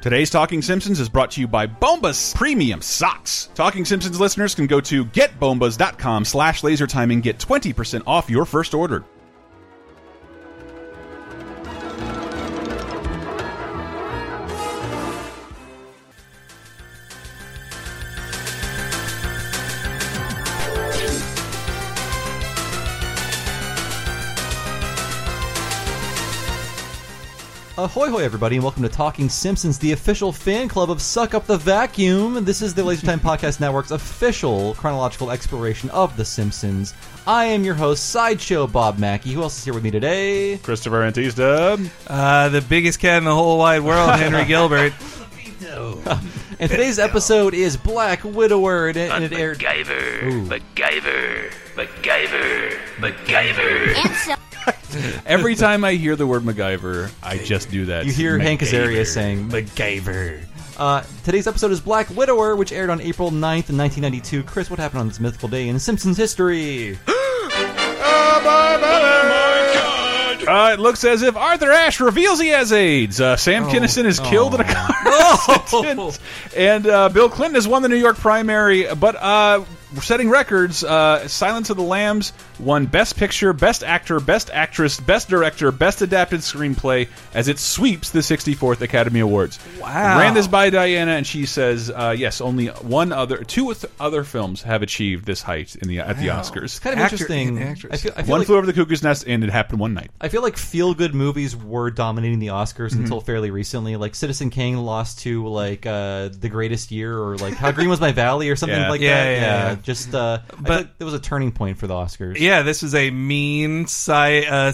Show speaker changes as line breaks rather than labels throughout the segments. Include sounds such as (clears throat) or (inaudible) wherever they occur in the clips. Today's Talking Simpsons is brought to you by Bombas Premium Socks. Talking Simpsons listeners can go to getbombas.com slash lasertime and get 20% off your first order.
Ahoy, hoy, everybody, and welcome to Talking Simpsons, the official fan club of Suck Up the Vacuum. This is the Lasertime Podcast Network's official chronological exploration of The Simpsons. I am your host, Sideshow Bob Mackey. Who else is here with me today?
Christopher Antista.
Uh, the biggest cat in the whole wide world, Henry Gilbert.
And today's episode is Black Widower, and it, and it aired.
MacGyver, MacGyver, MacGyver, MacGyver.
(laughs) Every time I hear the word MacGyver, I just do that.
You hear Hank Azaria saying,
MacGyver.
Uh, today's episode is Black Widower, which aired on April 9th, 1992. Chris, what happened on this mythical day in Simpsons
(laughs)
history?
"Oh,
Uh, it looks as if Arthur Ashe reveals he has AIDS. Uh,
Oh,
Sam Kinison is killed in a (laughs) car
Oh, (laughs)
accident, and uh, Bill Clinton has won the New York primary. But uh, setting records, uh, Silence of the Lambs won Best Picture, Best Actor, Best Actress, Best Director, Best Adapted Screenplay as it sweeps the 64th Academy Awards.
Wow.
Ran this by Diana, and she says, uh, "Yes, only one other, two th- other films have achieved this height in the at the Oscars."
Kind of
Actor
interesting.
and actress.
I feel, I feel
One
like,
flew over the cuckoo's nest, and it happened one night.
I feel like feel good movies were dominating the Oscars
Mm-hmm.
until fairly recently. Like Citizen Kane lost to like uh, The Greatest Year or like How Green Was My Valley or something
Yeah.
like
Yeah,
that.
yeah, yeah.
Just uh, but
But-
like there was a turning point for the Oscars.
Yeah, this was a mean psy- uh,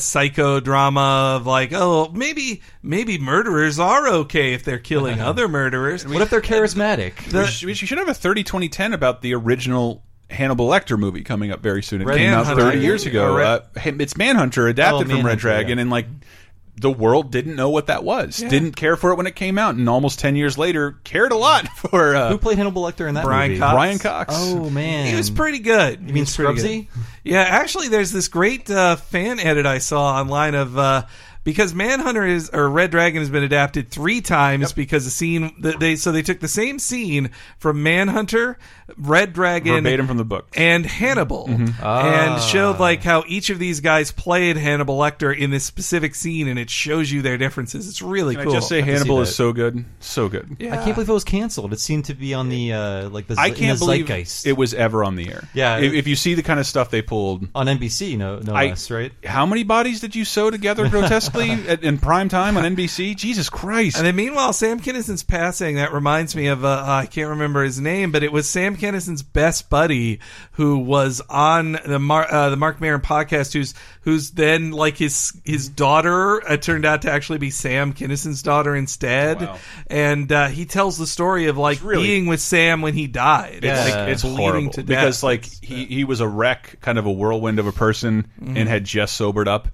psychodrama of like, oh, maybe maybe murderers are okay if they're killing
Uh-huh.
other murderers.
What if they're charismatic?
we, should, we should have a 30 20 10 about the original Hannibal Lecter movie coming up very soon. It came out
Manhunter.
30 years ago.
Or Red-
Uh, it's Manhunter, adapted
Oh,
from Red
Manhunter,
Dragon,
yeah.
and like the world didn't know what that was, didn't care for it when it came out, and almost 10 years later, cared a lot (laughs) for uh,
Who played Hannibal Lecter in that
Brian
movie?
Cox.
Brian Cox.
Oh man,
He was pretty good.
You mean Scrubsy?
Yeah, actually, there's this great uh, fan edit I saw online of uh, because Manhunter is or Red Dragon has been adapted three times because the scene that they so they took the same scene from Manhunter, Red Dragon,
verbatim from the book.
and Hannibal, and showed like how each of these guys played Hannibal Lecter in this specific scene, and it shows you their differences. It's really
Can
cool.
I just say
have to see
Hannibal
that.
is so good? So good.
I can't believe it was canceled. It seemed to be on the uh, like the
I
in
can't
the
believe
zeitgeist
it was ever on the air.
Yeah.
If, if you see the kind of stuff they pulled.
on NBC. No, no less, right?
How many bodies did you sew together (laughs) grotesquely at, in prime time on NBC? Jesus Christ!
And then, meanwhile, Sam Kinnison's passing. That reminds me of uh, uh, I can't remember his name, but it was Sam Kinnison's best buddy who was on the Mar- uh, the Mark Maron podcast. Who's who's then like his
Mm-hmm.
his daughter uh, turned out to actually be Sam Kinnison's daughter instead.
Oh, Wow.
And uh, he tells the story of like
really-
being with Sam when he
It's,
died.
Yeah.
like, it's
Bleeding
horrible
to death.
because like he, he was a wreck, kind of a whirlwind of a person, and had just sobered up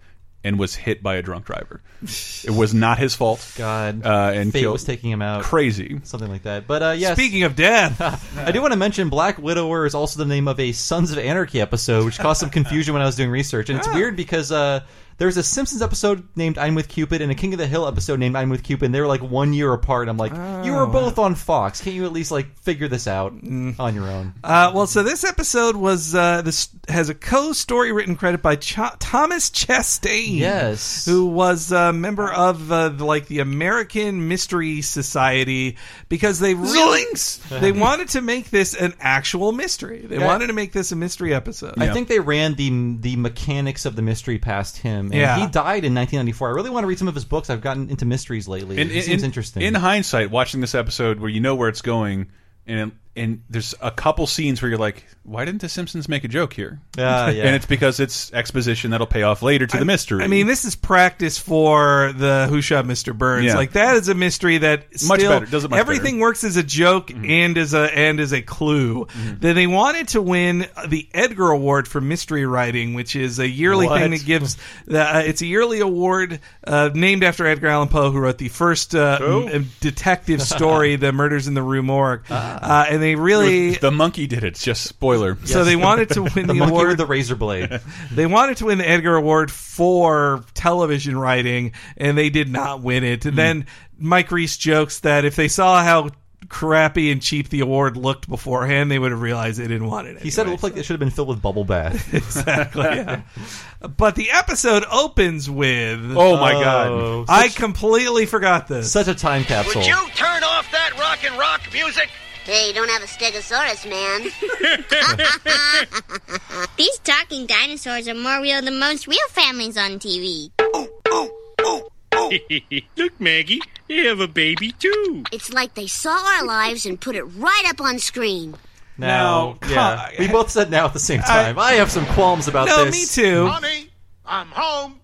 and was hit by a drunk driver. it was not his fault.
God,
uh, and
fate
killed,
was taking him out.
crazy.
Something like that, but uh, yes.
Speaking of death,
I do want to mention Black Widower is also the name of a Sons of Anarchy episode, which caused some confusion when I was doing research. And it's weird because uh, there's a Simpsons episode named I'm with Cupid and a King of the Hill episode named I'm with Cupid. And they were like one year apart. And I'm like, you
Oh.
were both on Fox. Can't you at least like figure this out
Mm.
on your own?
Um,
Uh, well, so this episode was uh, this has a co-story written credit by Ch- Thomas Chastain,
Yes.
who was a member of uh, the, like the American Mystery Society because they really (laughs) they wanted to make this an actual mystery. They
Yeah.
wanted to make this a mystery episode.
I think they ran the the mechanics of the mystery past him. And
Yeah.
he died in 1994. I really want to read some of his books. I've gotten into mysteries lately.
In,
it seems
in-
interesting.
In hindsight, watching this episode where you know where it's going, and and there's a couple scenes where you're like, why didn't The Simpsons make a joke here?
Ah,
(laughs)
yeah.
and it's because it's exposition that'll pay off later to the mystery.
I mean, this is practice for the Who Shot Mr. Burns.
Yeah.
Like that is a mystery that
Much
still-
better. Mm-hmm. Does it much
everything works as a joke and as a and as a clue.
Mm-hmm.
Then they wanted to win the Edgar Award for mystery writing, which is a yearly
What?
thing that gives. The, uh, it's a yearly award uh, named after Edgar Allan Poe, who wrote the first uh,
Who?
m-
(laughs)
detective story, "The Murders in the Rue Morgue," uh, and they really.
Uh-huh. the monkey did it. Just spoiler.
So
(laughs)
they wanted to win the,
the monkey
award
with the razor blade.
they wanted to win the Edgar Award for television writing, and they did not win it. And then Mike Reese jokes that if they saw how crappy and cheap the award looked beforehand, they would have realized they didn't want it.
He said it looked like it should have been filled with bubble bath.
exactly. yeah. But the episode opens with uh,
Oh my
Oh.
god.
I completely forgot this.
Such a time capsule.
Would you turn off that rock and rock music?
Hey, you don't have a Stegosaurus,
(laughs)
man. (laughs)
These talking dinosaurs are more real than most real families on TV.
(laughs) Look, Maggie, they have a baby too.
it's like they saw our lives and put it right up on screen.
Now,
Now,
yeah,
come-
we both said now at the same time. I, have some qualms about
no, me
this.
too.
Mommy, I'm home.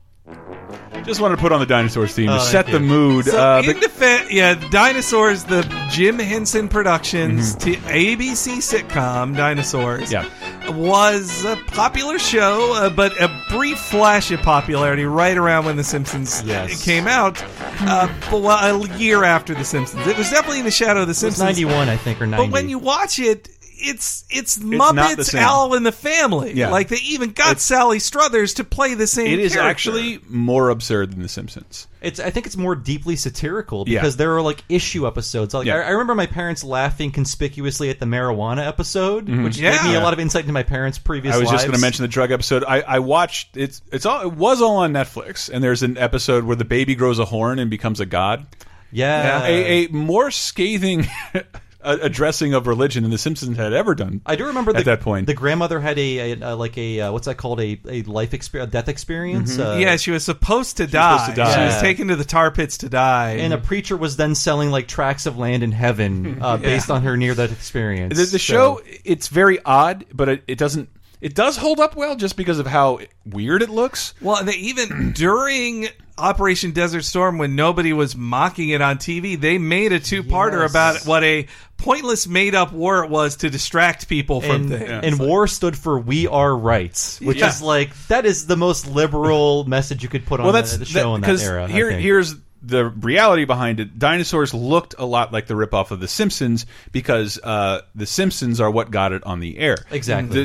Just wanted to put on the dinosaurs theme to
Oh,
set
thank
the
you.
mood.
So
uh,
in
but-
defen- yeah, Dinosaurs, the Jim Henson Productions t- ABC sitcom Dinosaurs,
Mm-hmm. Yeah.
was a popular show, uh, but a brief flash of popularity right around when The Simpsons uh,
Yes.
came out, uh, but well, a year after The Simpsons. It was definitely in the shadow of The
It's
Simpsons.
ninety-one, I think, or ninety.
But when you watch it, it's it's
not the
Muppets,
same.
Owl, and the Family.
Yeah.
Like they even got Sally Struthers to play the same.
it is
character.
actually more absurd than The Simpsons.
It's I think it's more deeply satirical
Yeah.
because there are like issue episodes. Like
Yeah.
I, I remember my parents laughing conspicuously at the marijuana episode, which gave me
Yeah.
a lot of insight into my parents' previous.
I was just
lives.
going to mention the drug episode. I, I watched it's it's all it was all on Netflix, and there's an episode where the baby grows a horn and becomes a god.
Yeah,
a, a more scathing (laughs) a- addressing of religion than the Simpsons had ever done.
I do remember
at
the,
that point.
the grandmother had a, a, uh like a uh, what's that called a a life experience, a death experience. Uh,
Yeah, she was supposed to, die.
was supposed to die.
She was
Yeah.
taken to the tar pits to die.
and a
Mm-hmm.
preacher was then selling like tracts of land in heaven uh, based on her near death experience.
the, the show
So-
it's very odd, but it, it doesn't it does hold up well just because of how weird it looks.
Well, they, even (clears throat) during Operation Desert Storm, when nobody was mocking it on TV, they made a two-parter
Yes.
about what a pointless made-up war it was to distract people from
and,
things.
and war stood for we are rights, which
Yeah.
is like that is the most liberal (laughs) message you could put on the, the show in that
because
era. I
Here,
think.
here's the reality behind it. Dinosaurs looked a lot like the ripoff of The Simpsons because uh, The Simpsons are what got it on the air.
Exactly.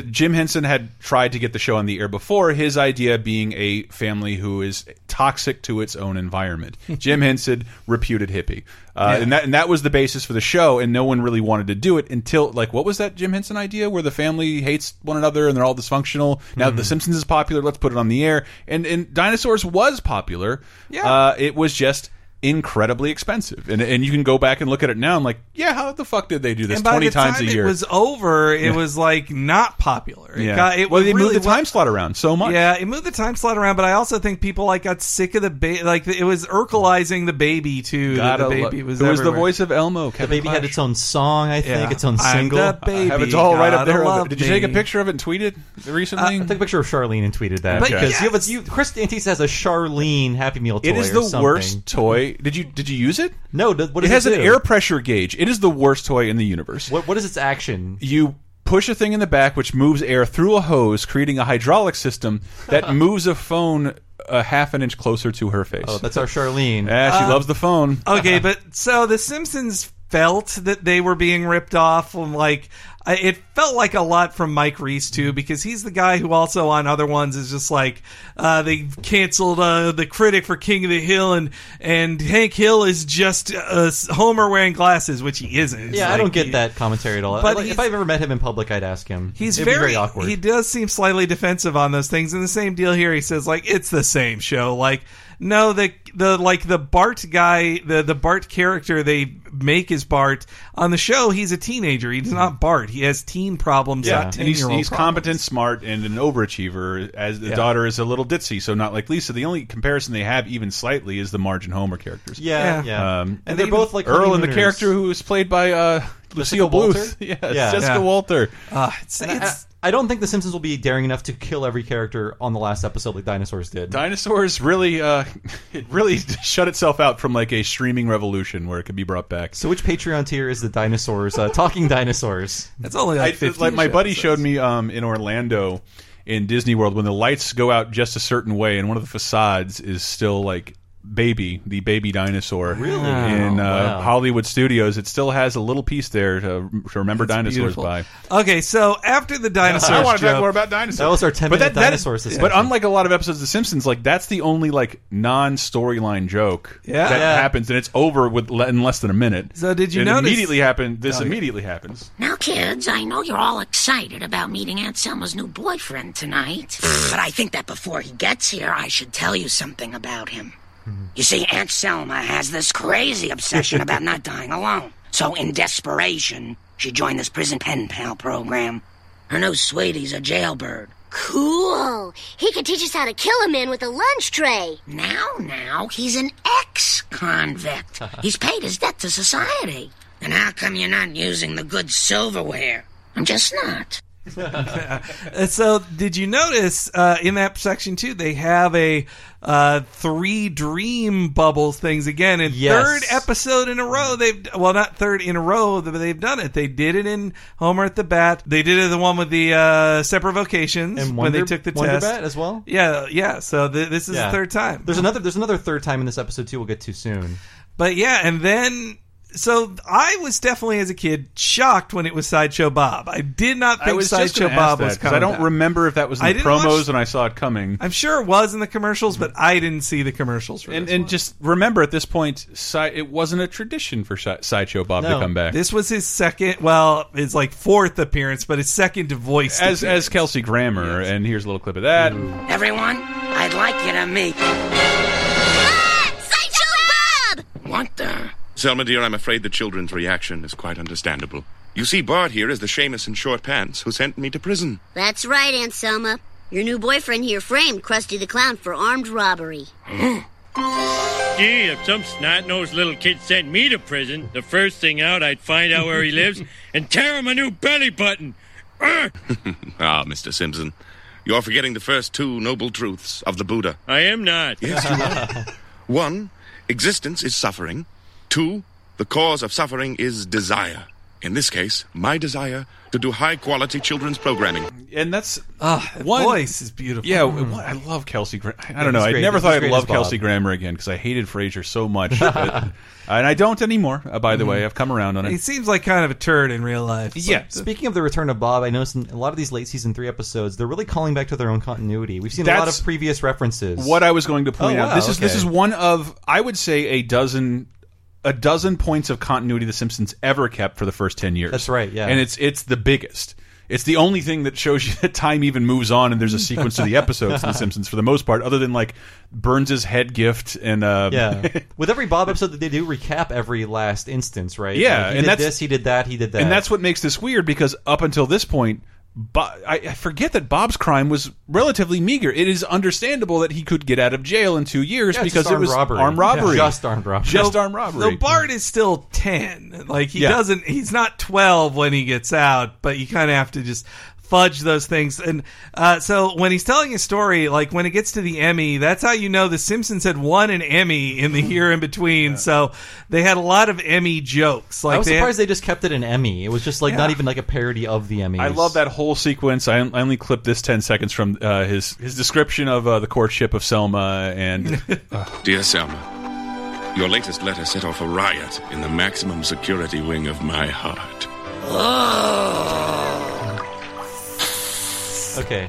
The, Jim Henson had tried to get the show on the air before. His idea being a family who is toxic to its own
(laughs)
environment. Jim Henson, reputed hippie, uh, and that and that was the basis for the show. And no one really wanted to do it until like what was that Jim Henson idea where the family hates one another and they're all dysfunctional. Now
Mm-hmm.
that The Simpsons is popular. Let's put it on the air. And and Dinosaurs was popular.
Yeah.
Uh, it was just. Incredibly expensive, and and you can go back and look at it now and like, yeah, how the fuck did they do this
And by
twenty
the time
times a year?
it was over, it was like not popular. It got, it
well, they
really
moved the
wa-
time slot around so much.
Yeah, it moved the time slot around, but I also think people like got sick of the baby. Like it was Urkelizing the baby too. that
Gotta
the
look.
baby was.
Who was the
everywhere.
voice of Elmo? Kevin
the baby had
Clash.
its own song, I think,
Yeah.
its own
I'm
single.
the
I
baby.
have it all right up
gotta
there.
love
Did you take a
me.
picture of it and tweet it recently?
I took a picture of Charlene and tweeted that
But
because
yes.
you have a, you, Chris Dantes has a Charlene Happy Meal toy.
it is
or
the
something.
worst toy. Did you did you use it?
No, th- what
it
does
has
it
an
do?
air pressure gauge. It is the worst toy in the universe.
What, what is its action?
You push a thing in the back which moves air through a hose, creating a hydraulic system (laughs) that moves a phone a half an inch closer to her face.
Oh, that's
(laughs)
our Charlene.
yeah, she loves the phone.
okay, but so the Simpsons felt that they were being ripped off. and, Like I- it felt like a lot from Mike Reese too, because he's the guy who also on other ones is just like uh, they canceled uh, the critic for King of the Hill, and and Hank Hill is just uh, Homer wearing glasses, which he isn't.
yeah, I
Like,
don't get
he-
that commentary at all.
But
Like,
he's-
if I've ever met him in public, I'd ask him.
He's
It'd be
very,
very awkward.
He does seem slightly defensive on those things. And the same deal here. He says like it's the same show. Like no, the the like the Bart guy, the the Bart character they make is Bart on the show. He's a teenager. He's not Bart. He has teen teen problems,
Yeah,
not
and
ten
he's,
year old.
he's competent, smart, and an overachiever. As the daughter is a little ditzy, so not like Lisa. The only comparison they have, even slightly, is the Margin Homer characters.
Yeah,
Yeah.
yeah.
Um,
and they're
even
both like
Earl and the
honeymooners.
character who is played by uh, Lucille
Walter?
Bluth. (laughs) Yes,
Yeah.
Jessica
Yeah.
Walter.
Uh, it's, it's,
I, I don't think The Simpsons will be daring enough to kill every character on the last episode like dinosaurs did.
Dinosaurs really, uh, (laughs) it really shut itself out from like a streaming revolution where it could be brought back.
so which Patreon tier is the dinosaurs? Uh,
(laughs)
talking dinosaurs.
it's only like,
I,
15
like my buddy
episodes.
showed me um, in Orlando in Disney World when the lights go out just a certain way and one of the facades is still like baby the baby dinosaur really in uh,
Wow.
Hollywood Studios it still has a little piece there to, to remember dinosaurs
Beautiful.
by
Okay, so after the
(laughs)
dinosaurs,
I want to
joke-
talk more about dinosaurs
That was our 10
but
minute
that, that is-
dinosaurs discussion.
but unlike a lot of episodes of The Simpsons like that's the only like non storyline joke
Yeah.
that
Yeah.
happens and it's over with le in less than a minute
So did you
it
notice-
immediately happened this immediately happens
Now, kids, I know you're all excited about meeting Aunt Selma's new
(laughs)
boyfriend tonight. but I think that before he gets here, I should tell you something about him. You see, Aunt Selma has this crazy obsession about not dying alone. So, in desperation, she joined this prison pen pal program. Her new sweetie's a jailbird.
Cool. He could teach us how to kill a man with a lunch tray.
Now, now, he's an ex convict. He's paid his debt to society. And how come you're not using the good silverware? I'm just not.
Uh, so did you notice uh, in that section too they have a uh, three dream bubbles things again in
Yes.
third episode in a row they've well not third in a row but they've done it they did it in homer at the bat they did it in the one with the uh, separate vocations
And
when
Wonder-
they took the
Wonder
test
Bat as well?
yeah yeah so th- this is
Yeah.
the third time
There's another. There's another third time in this episode too. We'll get to soon.
But yeah, and then so I was definitely as a kid shocked when it was Sideshow Bob. I did not think
I was just
Sideshow
going to
Bob
ask
was
that because
coming.
I don't
back.
remember if that was in
I
the
didn't watch-
promos and I saw it coming.
I'm sure it was in the commercials, but I didn't see the commercials for
and
this.
and
one.
just remember at this point, si- it wasn't a tradition for si- sideshow Bob to
No.
come back.
this was his second, well, his like fourth appearance, but his second voice
as
appearance.
as Kelsey Grammer, and here's a little clip of that.
Everyone, I'd like you to meet.
Ah! Sideshow Bob!
What the?
Selma, dear, I'm afraid the children's reaction is quite understandable. You see, Bart here is the Seamus in short pants who sent me to prison.
That's right, Aunt Selma. Your new boyfriend here framed Krusty the Clown for armed
(laughs)
robbery.
Gee, if some snot-nosed little kid sent me to prison, the first thing out, I'd find out where he
(laughs)
lives and tear him a new belly button.
(laughs) Ah, Mr. Simpson, you're forgetting the first two noble truths of the Buddha.
I am not.
Yes, you are.
(laughs)
One, existence is suffering. Two, the cause of suffering is desire. In this case, my desire to do high quality children's programming.
And that's
Ah, the
One-
voice is beautiful.
yeah, what- I love Kelsey. Gra- I don't know.
he's
I
great.
never
He's
thought I'd
great as
love
Bob.
Kelsey Grammer again because I hated Frasier so
(laughs)
much, but- and I don't anymore. Uh, by the
Mm-hmm.
way, I've come around on
he
it.
seems like kind of a turd in real life. but-
Yeah,
Speaking of the return of Bob, I noticed in a lot of these late season three episodes, they're really calling back to their own continuity. We've seen a lot
That's
of previous references.
what I was going to point
Oh,
out.
wow,
This is this
okay.
is one of I would say a dozen a dozen points of continuity the Simpsons ever kept for the first ten years.
That's right, yeah.
and it's it's the biggest. It's the only thing that shows you (laughs) that time even moves on, and there's a sequence to the episodes
(laughs)
in The Simpsons for the most part, other than like Burns's head gift and uh,
yeah, with every Bob episode that they do, recap every last instance, right?
Yeah,
Like,
and
he did
that's-
this, he did that, he did
(laughs)
that,
and that's what makes this weird because up until this point. Bob, I I forget that Bob's crime was relatively meager. It is understandable that he could get out of jail in two years
Yeah, it's
because
just
it was
armed robbery.
armed robbery,
(laughs) Just armed robbery.
just armed robbery.
Though Bart is still ten, like he
Yeah.
doesn't, he's not twelve when he gets out, but you kind of have to just fudge those things. And uh, so when he's telling a story, like when it gets to the Emmy, that's how you know the Simpsons had won an Emmy in the year in between. So they had a lot of Emmy jokes. Like
I was
they had-
surprised they just kept it an Emmy. It was just like not even like a parody of the Emmys.
I love that whole sequence. I, I only clipped this ten seconds from uh, his his description of uh, the courtship of Selma, and
Dear Selma, your latest letter set off a riot in the maximum security wing of my heart.
Okay.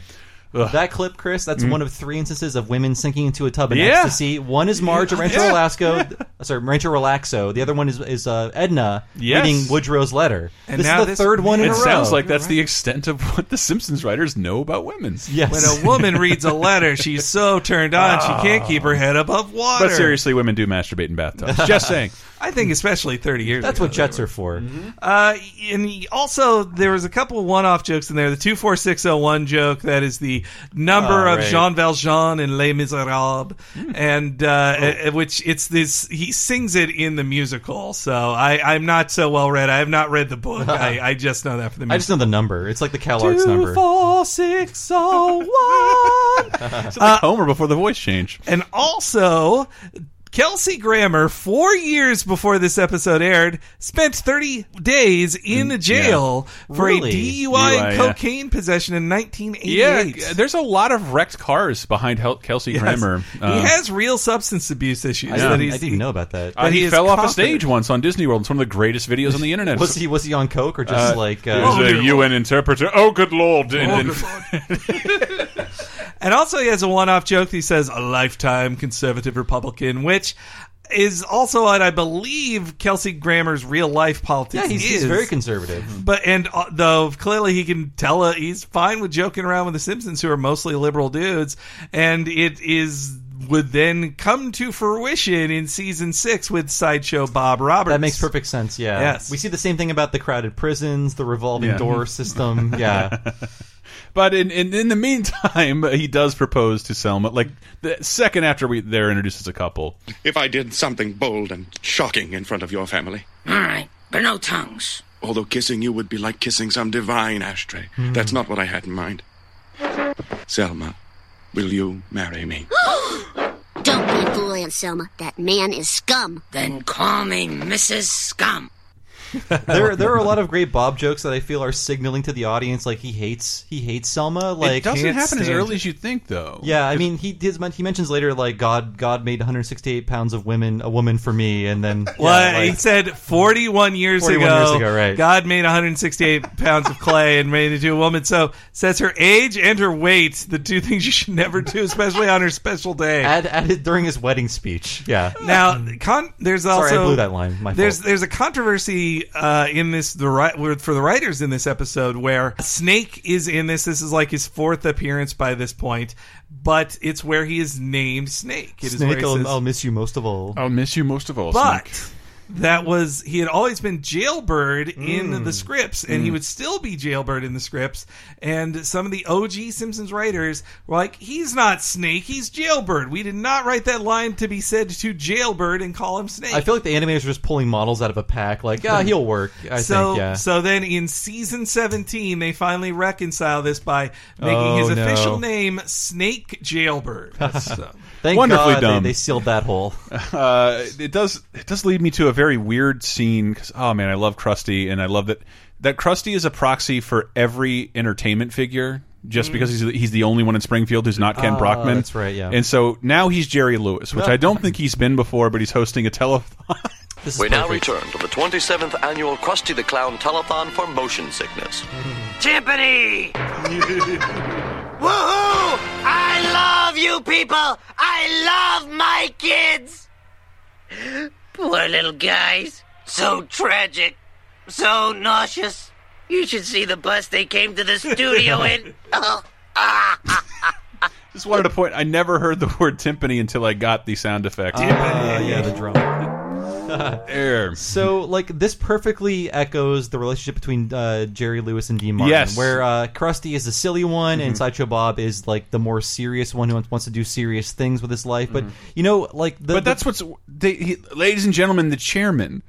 That clip, Chris, that's one of three instances of women sinking into a tub in
Mm-hmm. Yeah.
ecstasy. One is Marge at Rancho Alaska, sorry, Rancho Relaxo. The other one is, is uh, Edna
Yes.
reading Woodrow's letter.
And
this is
now
the
this-
third one in
it
a row.
sounds like that's the extent of what the Simpsons writers know about women.
yes.
when a woman reads a letter, she's
Ah.
so turned on she can't keep her head above water.
But seriously, women do masturbate in bathtubs. Just saying.
I think especially 30
(laughs)
years
That's
ago,
what
they
jets
were.
are for.
Mm-hmm.
Uh, and also, there was a couple one-off jokes in there. The 24601 joke, that is the number
Oh,
of
right. Hmm.
Jean Valjean in Les Miserables, and uh,
Oh.
uh, which it's this, he sings it in the musical, so I, I'm not so well-read. I have not read
(laughs)
the book. I, I just know that for the musical.
I just know the number. It's like the Cal Arts number.
four, six, oh, one.
It's like Homer before the voice change.
And also, Kelsey Grammer, four years before this episode aired, spent 30 days in jail for
Really?
a DUI,
DUI,
and
yeah.
cocaine possession in 1988.
Yeah, there's a lot of wrecked cars behind Hel- Kelsey
Yes.
Grammer. Uh,
he has real substance abuse issues.
I didn't-
that he's,
I
didn't know about that.
uh, he,
is
fell off a
confident-
stage once on Disney World. It's one of the greatest videos on the internet.
(laughs) Was he was he on coke or just
Uh,
like
there's
uh,
a UN interpreter. Oh, good lord! And then-
And also, he has a one off joke. He says, a lifetime conservative Republican, which is also what I believe Kelsey Grammer's real life politics
Yeah, he's,
is.
he's very conservative.
But and uh, though clearly he can tell uh, he's fine with joking around with the Simpsons, who are mostly liberal dudes, and it is would then come to fruition in season six with sideshow Bob Roberts.
That makes perfect sense. Yeah.
Yes.
We see the same thing about the crowded prisons, the revolving
Yeah. (laughs)
door system. Yeah.
but in, in in the meantime, (laughs) he does propose to Selma. Like the second after we they're introduced as a couple.
If I did something bold and shocking in front of your family.
All right, but no tongues.
Although kissing you would be like kissing some divine ashtray. That's not what I had in mind. Selma, will you marry (gasps) me?
Don't be a fool, Aunt Selma. That man is scum.
Then call me Mrs. Scum.
there there are a lot of great Bob jokes that I feel are signaling to the audience like he hates he hates Selma. Like
it doesn't
can't
happen as
stand-
early as you think, though.
Yeah, I mean he did men- he mentions later like God God made 168 pounds of women a woman for me
(laughs)
and then yeah,
Well,
like-
he said 41 years
41
ago,
years ago, right.
God made 168
(laughs)
pounds of clay and made it into a woman. So says her age and her weight, the two things you should never do, especially on her special day.
Add, added during his wedding speech.
(laughs)
Yeah. (laughs)
Now, con- there's also
Mm. I blew that line. My
there's
fault.
there's a controversy uh, in this the right with- for the writers in this episode where Snake is in this. This is like his fourth appearance by this point, but it's where he is named Snake. It is where
Snake,
he
I'll,
says-
I'll miss you most of all.
I'll miss you most of all.
but
Snake.
that was he had always been jailbird
Mm.
in the scripts and he would still be jailbird in the scripts and some of the og simpsons writers were like he's not snake he's jailbird we did not write that line to be said to jailbird and call him snake
I feel like the animators are just pulling models out of a pack. Like, yeah, he'll work. I
so,
think. Yeah.
so then in season 17, they finally reconcile this by making
Oh,
his
no.
official name Snake
(laughs)
Jailbird. So-
Thank
Wonderfully
God
dumb.
They, they sealed that
(laughs)
hole.
uh, it does it does lead me to a very weird scene because oh man, I love Krusty and I love that that Krusty is a proxy for every entertainment figure. Just because he's he's the only one in Springfield who's not Ken
Ah,
Brockman,
that's right, yeah.
And so now he's Jerry Lewis, which I don't think he's been before, but he's hosting a telethon.
This is
We now
perfect.
return to the 27th annual Krusty the Clown Telethon for motion sickness.
(laughs)
Timpani! Woohoo! I love you people! I love my kids! (gasps) Poor little guys. So tragic. So nauseous. You should see the bus they came to the studio (laughs) in. Oh, ah!
Just wanted to point, I never heard the (laughs) word timpani until I got the sound effect.
Ah, yeah, the drum.
There.
So, like, this perfectly echoes the relationship between uh, Jerry Lewis and Dean Martin,
Yes.
where uh, Krusty is the silly one,
Mhm.
and Sideshow Bob is like the more serious one who wants- wants to do serious things with his life.
Mhm.
But you know, like, the,
But that's what's, they, he, ladies and gentlemen, the chairman.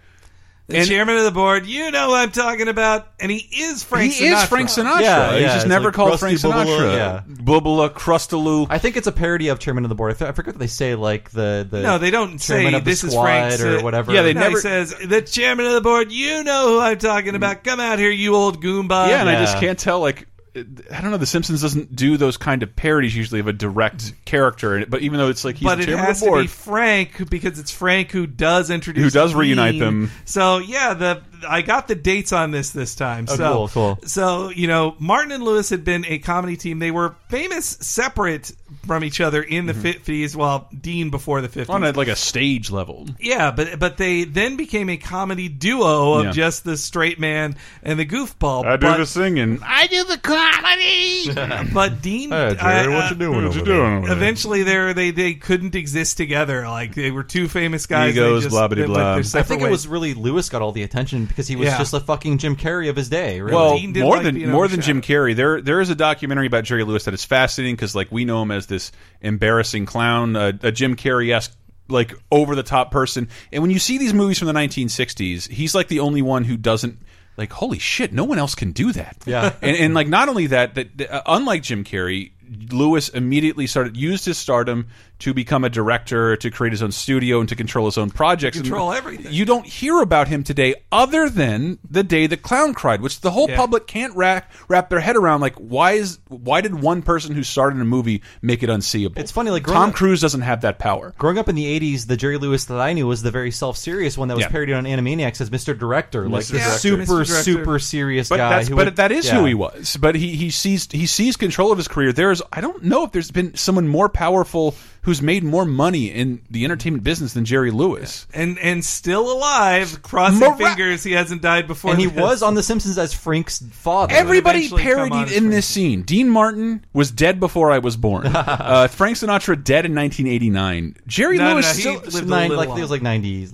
the chairman of the board, you know who I'm talking about, and he is Frank
he
Sinatra.
is Frank Sinatra.
Yeah,
He's
yeah,
just
it's
never
like
called
Krusty
Frank
Bubala,
Sinatra.
yeah.
Bubala, Krustaloo.
I think it's a parody of Chairman of the Board. I, th- I forget what they say, like the the
No, they don't
Chairman
say
of the
this is uh,
Squad
Frank
or
Sin-
whatever.
Yeah, they
No,
never-
he says the chairman of the board. You know who I'm talking about. Come out here, you old goomba.
yeah, and I
yeah.
just can't tell, like, I don't know. The Simpsons doesn't do those kind of parodies usually of a direct character, and- but even though it's like he's
but
the
it
chairman of
has
the
to
board,
be Frank because it's Frank who does introduce
Who does
Dean.
reunite them.
So yeah, the I got the dates on this this time.
Oh,
so
cool, cool.
so you know Martin and Lewis had been a comedy team. They were famous separate from each other in
Mm-hmm.
the 50s, well, Dean before the 50s.
on a, like a stage level.
Yeah, but but they then became a comedy duo of
Yeah.
just the straight man and the goofball.
I do
but,
the singing.
I do the comedy.
but Dean,
Hey, Jerry, what you doing
uh,
over there?
Eventually, there they they couldn't exist together. Like they were two famous guys.
Egos,
they just,
blah, bitty,
they went
blah.
their
I
separate
think it
ways.
was really Lewis got all the attention because he was
Yeah.
just a fucking Jim Carrey of his day. Really.
Well, more than more than Jim Carrey, there there is a documentary about Jerry Lewis that is fascinating because like we know him as this embarrassing clown, uh, a Jim Carrey esque like over the top person. And when you see these movies from the 1960s, he's like the only one who doesn't like holy shit, no one else can do that.
Yeah.
(laughs) and, and like not only that, that that, uh, unlike Jim Carrey. Lewis immediately started used his stardom to become a director, to create his own studio, and to control his own projects.
Control
and
everything.
You don't hear about him today, other than the day the clown cried, which the whole
Yeah.
public can't wrap wrap their head around. Like, why is why did one person who started a movie make it unseeable? It's funny, like Tom Cruise doesn't have that power.
Growing up in the '80s, the Jerry Lewis that I knew was the very self-serious one that was
Yeah.
parodied on Animaniacs as Mr. Director, like
Mr.
this
Director.
super,
Mr. Director.
super serious
But
guy.
that's
who
but
would-
that is
Yeah.
who he was. But he he seized he seized control of his career. There's I don't know if there's been someone more powerful who's made more money in the entertainment business than Jerry Lewis.
and and still alive. Crossing fingers, he hasn't died before.
And he
this.
was on
The Simpsons as Frank's father.
Everybody parodied in this scene. Dean Martin was dead before I was
(laughs)
born. uh, Frank Sinatra dead in 1989. Jerry
No,
Lewis
no, he
still
lived a Nine- little like, longer. it was like 90s.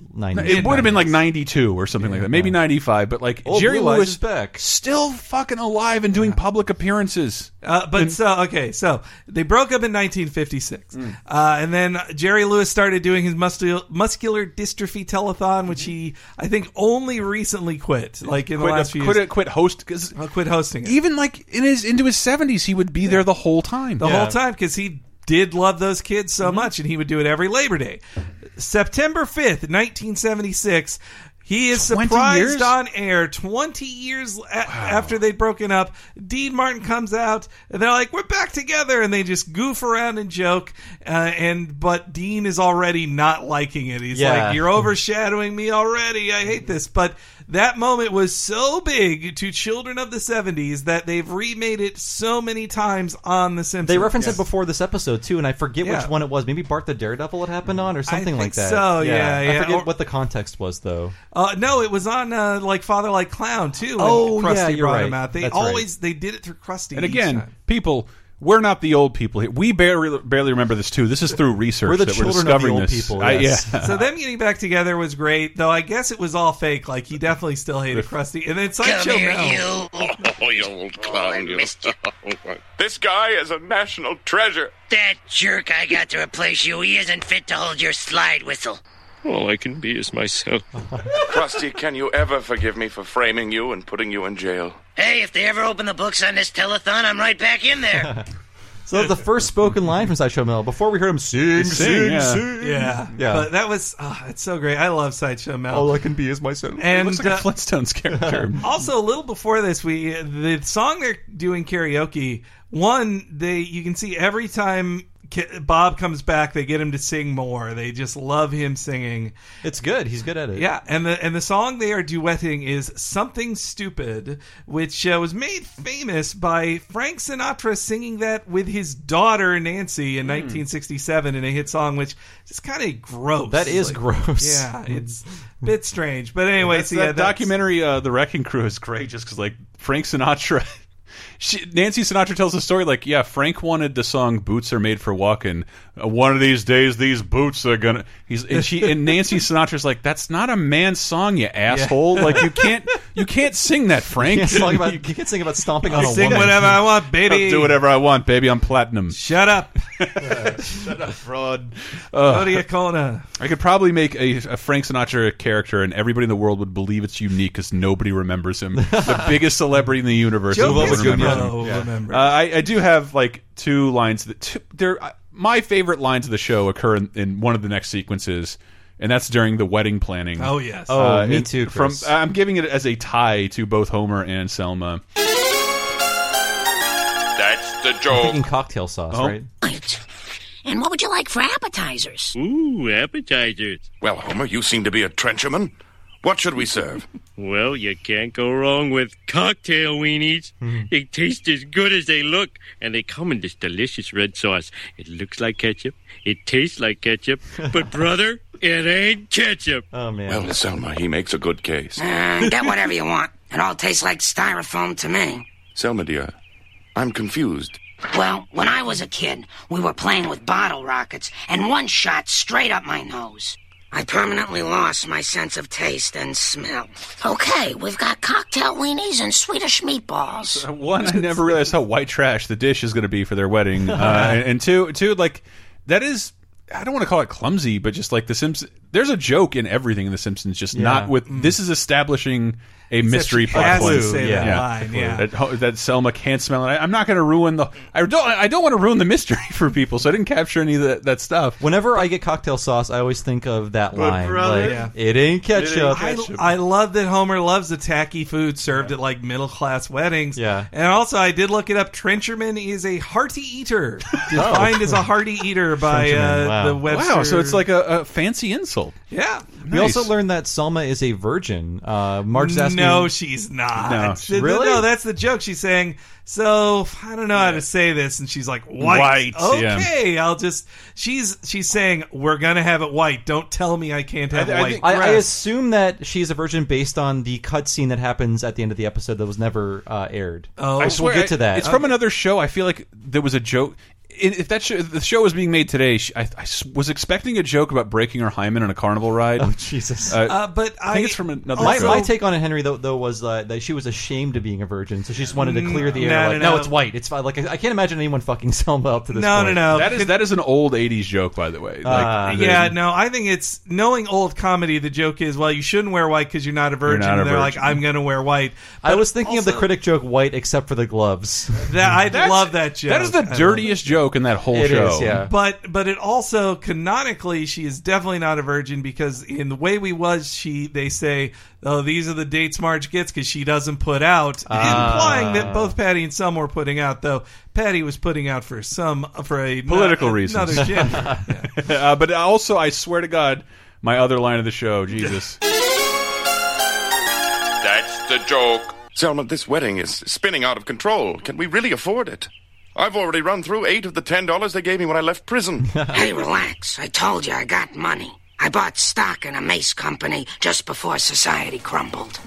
It would have been like 92 or something like that. Maybe 95, but like
Old
Jerry
Blue Eyes
Lewis
is back.
still fucking alive and doing public appearances.
Uh, but so okay, so they broke up in 1956,
Hmm.
uh, and then Jerry Lewis started doing his muscular muscular dystrophy telethon, which he I think only recently quit, like in
Quit-
the last few
quit
years. Uh,
it- quit host because
quit hosting it
even like in his into his 70s, he would be there the whole time. Mm-hmm.
the whole time because he did love those kids so much, and he would do it every Labor Day. September 5th, 1976. He is
20
surprised
years?
on air 20 years a- after they'd broken up. Dean Martin comes out and they're like, "We're back together." And they just goof around and joke uh, and but Dean is already not liking it. He's
Yeah.
like, "You're overshadowing me already. I hate this." But that moment was so big to children of the 70s that they've remade it so many times on the Simpsons.
They referenced it before this episode too, and I forget
Yeah.
which one it was. Maybe Bart the Daredevil it happened on, or something
think
like that.
so, yeah, yeah.
I forget
Or-
what the context was though.
Uh, no, it was on uh, like Father Like Clown too. when
Oh,
Krusty
yeah, you're
brought
right.
him out. They
That's
always they did it through Krusty.
And
each
again,
time.
people, we're not the old people here. We barely barely remember this too. This is through research
We're the
that we're
children of the
discovering
old
this.
people,
I-
yes.
yeah. (laughs)
so them getting back together was great, though. I guess it was all fake. Like he definitely still hated Krusty. And then Sideshow Mel.
(laughs) Oh, you old clown. You. (laughs) this guy is a national treasure.
That jerk I got to replace you, he isn't fit to hold your slide whistle.
All I can be is myself.
Krusty, can you ever forgive me for framing you and putting you in jail?
Hey, if they ever open the books on this telethon, I'm right back in there.
So that was the first spoken line from Sideshow Mel. Before we heard him (laughs) sing, sing, sing,
yeah.
yeah.
Yeah.
Yeah. Oh,
But that was oh, it's so great. I love Sideshow Mel.
All I can be is myself.
And,
It looks like
uh,
a Flintstones
(laughs)
character.
also, a little before this, we the song they're doing karaoke. One, they you can see every time Ki- Bob comes back, they get him to sing more. They just love him singing.
It's good. He's good at it.
Yeah, and the and the song they are duetting is "Something Stupid," which uh, was made famous by Frank Sinatra singing that with his daughter Nancy in 1967 in a hit song, which is kind of gross.
That is gross.
Yeah, it's a bit strange. But anyway,
That's-
so
that
yeah, that's-
documentary, uh, The Wrecking Crew, is great just because, like, Frank Sinatra. (laughs) She, Nancy Sinatra tells the story like, yeah, Frank wanted the song "Boots Are Made for Walking." Uh, one of these days, these boots are gonna. He's and she and Nancy Sinatra's like, "That's not a man's song, you asshole! Like
(laughs)
you can't, you can't sing that, Frank.
(laughs) You can't sing about, you can't sing about stomping on a
Sing
woman. Uh,
whatever I want, baby.
I'll do whatever I want, baby. I'm platinum.
Shut up.
Shut up, fraud.
Go to your corner.
I could probably make a, a Frank Sinatra character, and everybody in the world would believe it's unique because nobody remembers him.
(laughs)
the biggest celebrity in the universe.
Joe
no one
Piscopo
remembers him.
will remember.
Uh, I, I do have like two lines that two, they're uh, my favorite lines of the show occur in, in one of the next sequences, and that's during the wedding planning.
Oh, yes.
Oh, me
and
too,
From
Chris.
I'm giving it as a tie to both Homer and Selma.
That's the
I'm
joke.
thinking cocktail sauce,
Oh.
right?
And what would you like for appetizers?
Ooh, appetizers. Well, Homer, you seem to be a trencherman. What should we serve?
Well, you can't go wrong with cocktail weenies. They taste as good as they look, and they come in this delicious red sauce. It looks like ketchup, it tastes like ketchup, but brother, it ain't ketchup.
Oh man.
Well, Miss Selma, he makes a good case.
Uh, get whatever you want. It all tastes like styrofoam to me.
Selma, dear, I'm confused.
Well, when I was a kid, we were playing with bottle rockets, and one shot straight up my nose. I permanently lost my sense of taste and smell. Okay, we've got cocktail weenies and Swedish meatballs.
(laughs) One, I never realized how white trash the dish is going to be for their wedding, uh, (laughs) and, and two, two, like that is. I don't want to call it clumsy, but just like the Simpsons, there's a joke in everything in the Simpsons. Just
Yeah.
not with this is establishing a mystery
you
plot
have to
point.
say that line, yeah.
That, ho- that Selma can't smell it. I, I'm not going to ruin the. I don't. I don't want to ruin the mystery (laughs) for people, so I didn't capture any of that, that stuff.
Whenever I get cocktail sauce, I always think of that
But
line.
brother-
like,
Yeah.
It ain't ketchup.
I, I love that Homer loves the tacky food served at like middle class weddings. Yeah. And also, I did look it up. Trencherman is a hearty eater, defined as a hearty eater by uh,
Trencherman, wow.
the Webster.
Wow, so it's like a, a fancy insult.
Yeah.
We
Nice.
also learned that Selma is a virgin. Uh, Marge's asking.
No, she's not.
No, she-
Th- th-
really?
No, that's (laughs) the joke. She's saying, "So I don't know how to say this," and she's like, "White."
White, yeah.
Okay, I'll just. She's she's saying, "We're gonna have it white. Don't tell me I can't have white."
I, I
dress."
assume that she's a virgin based on the cutscene that happens at the end of the episode that was never uh, aired.
Oh. I
we'll
swear,
get to
I-
that.
It's from another show. I feel like there was a joke. in- If that show, if the show was being made today, sh- I, I s- was expecting a joke about breaking her hymen on a carnival ride. Oh
Jesus!
Uh, but
I think
I-
it's from another.
my,
show.
my take on it, Henry, though, though was uh, that she was ashamed of being a virgin, so she just wanted to clear the air.
Mm, No,
like,
no,
no,
no.
it's white. It's fine. Like I, I can't imagine anyone fucking (laughs) Selma up to this.
No, no,
point.
no.
That is that is an old '80s joke, by the way. Like,
Ah.
the-
uh, yeah, no, I think it's knowing old comedy. The joke is, well, you shouldn't wear white because you're not a virgin.
not a
and they're
virgin.
like, I'm going to wear white.
I was thinking of the critic joke white, except for the gloves. (laughs)
That I
That's-
love that joke.
That is the
I love
dirtiest joke in that whole
It
show.
is, yeah.
But but it also canonically she is definitely not a virgin because in the way we was she they say oh these are the dates Marge gets because she doesn't put out
Ah.
implying that both Patty and Selma were putting out though Patty was putting out for some for a
Political
another
reasons.
gender.
(laughs) uh, but also, I swear to God, my other line of the show,
(laughs)
Jesus.
That's the joke. Selma, this wedding is spinning out of control. Can we really afford it? I've already run through eight of the ten dollars they gave me when I left
(laughs)
prison.
hey, relax. I told you I got money. I bought stock in a mace company just before society crumbled.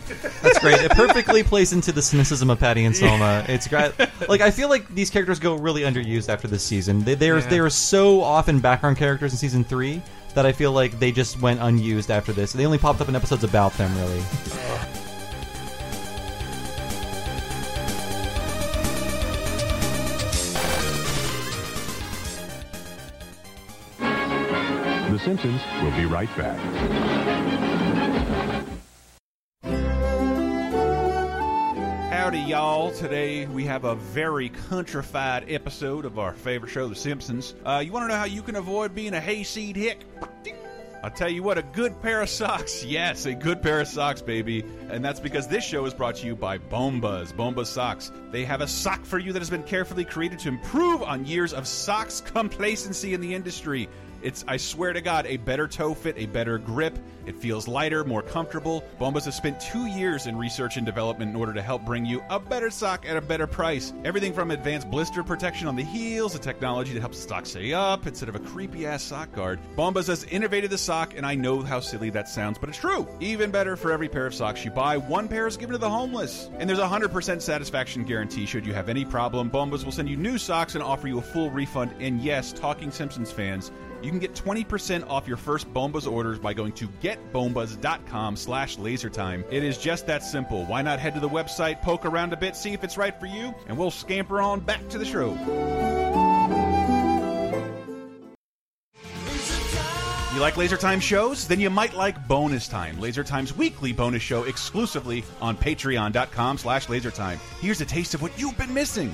That's great. It perfectly plays into the cynicism of Patty and Selma. It's great. Like I feel like these characters go really underused after this season. They they're
Yeah.
they are so often background characters in season three that I feel like they just went unused after this. They only popped up in episodes about them, really.
The Simpsons will be right back.
Howdy, y'all. Today we have a very countrified episode of our favorite show, The Simpsons. Uh, you want to know how you can avoid being a hayseed hick? Ding. I'll tell you what, a good pair of socks. (laughs) Yes, a good pair of socks, baby. And that's because this show is brought to you by Bombas, Bombas Socks. They have a sock for you that has been carefully created to improve on years of socks complacency in the industry. It's, I swear to God, a better toe fit, a better grip. It feels lighter, more comfortable. Bombas has spent two years in research and development in order to help bring you a better sock at a better price. Everything from advanced blister protection on the heels, a technology that helps the sock stay up instead of a creepy ass sock guard. Bombas has innovated the sock, and I know how silly that sounds, but it's true. Even better for every pair of socks you buy, one pair is given to the homeless. And there's a 100% satisfaction guarantee should you have any problem. Bombas will send you new socks and offer you a full refund. And yes, Talking Simpsons fans, you can get 20% off your first Bombas orders by going to getbombas.com slash lasertime. It is just that simple. Why not head to the website, poke around a bit, see if it's right for you, and we'll scamper on back to the show. You like Laser Time shows? Then you might like Bonus Time, Laser Time's weekly bonus show exclusively on patreon.com slash lasertime. Here's a taste of what you've been missing.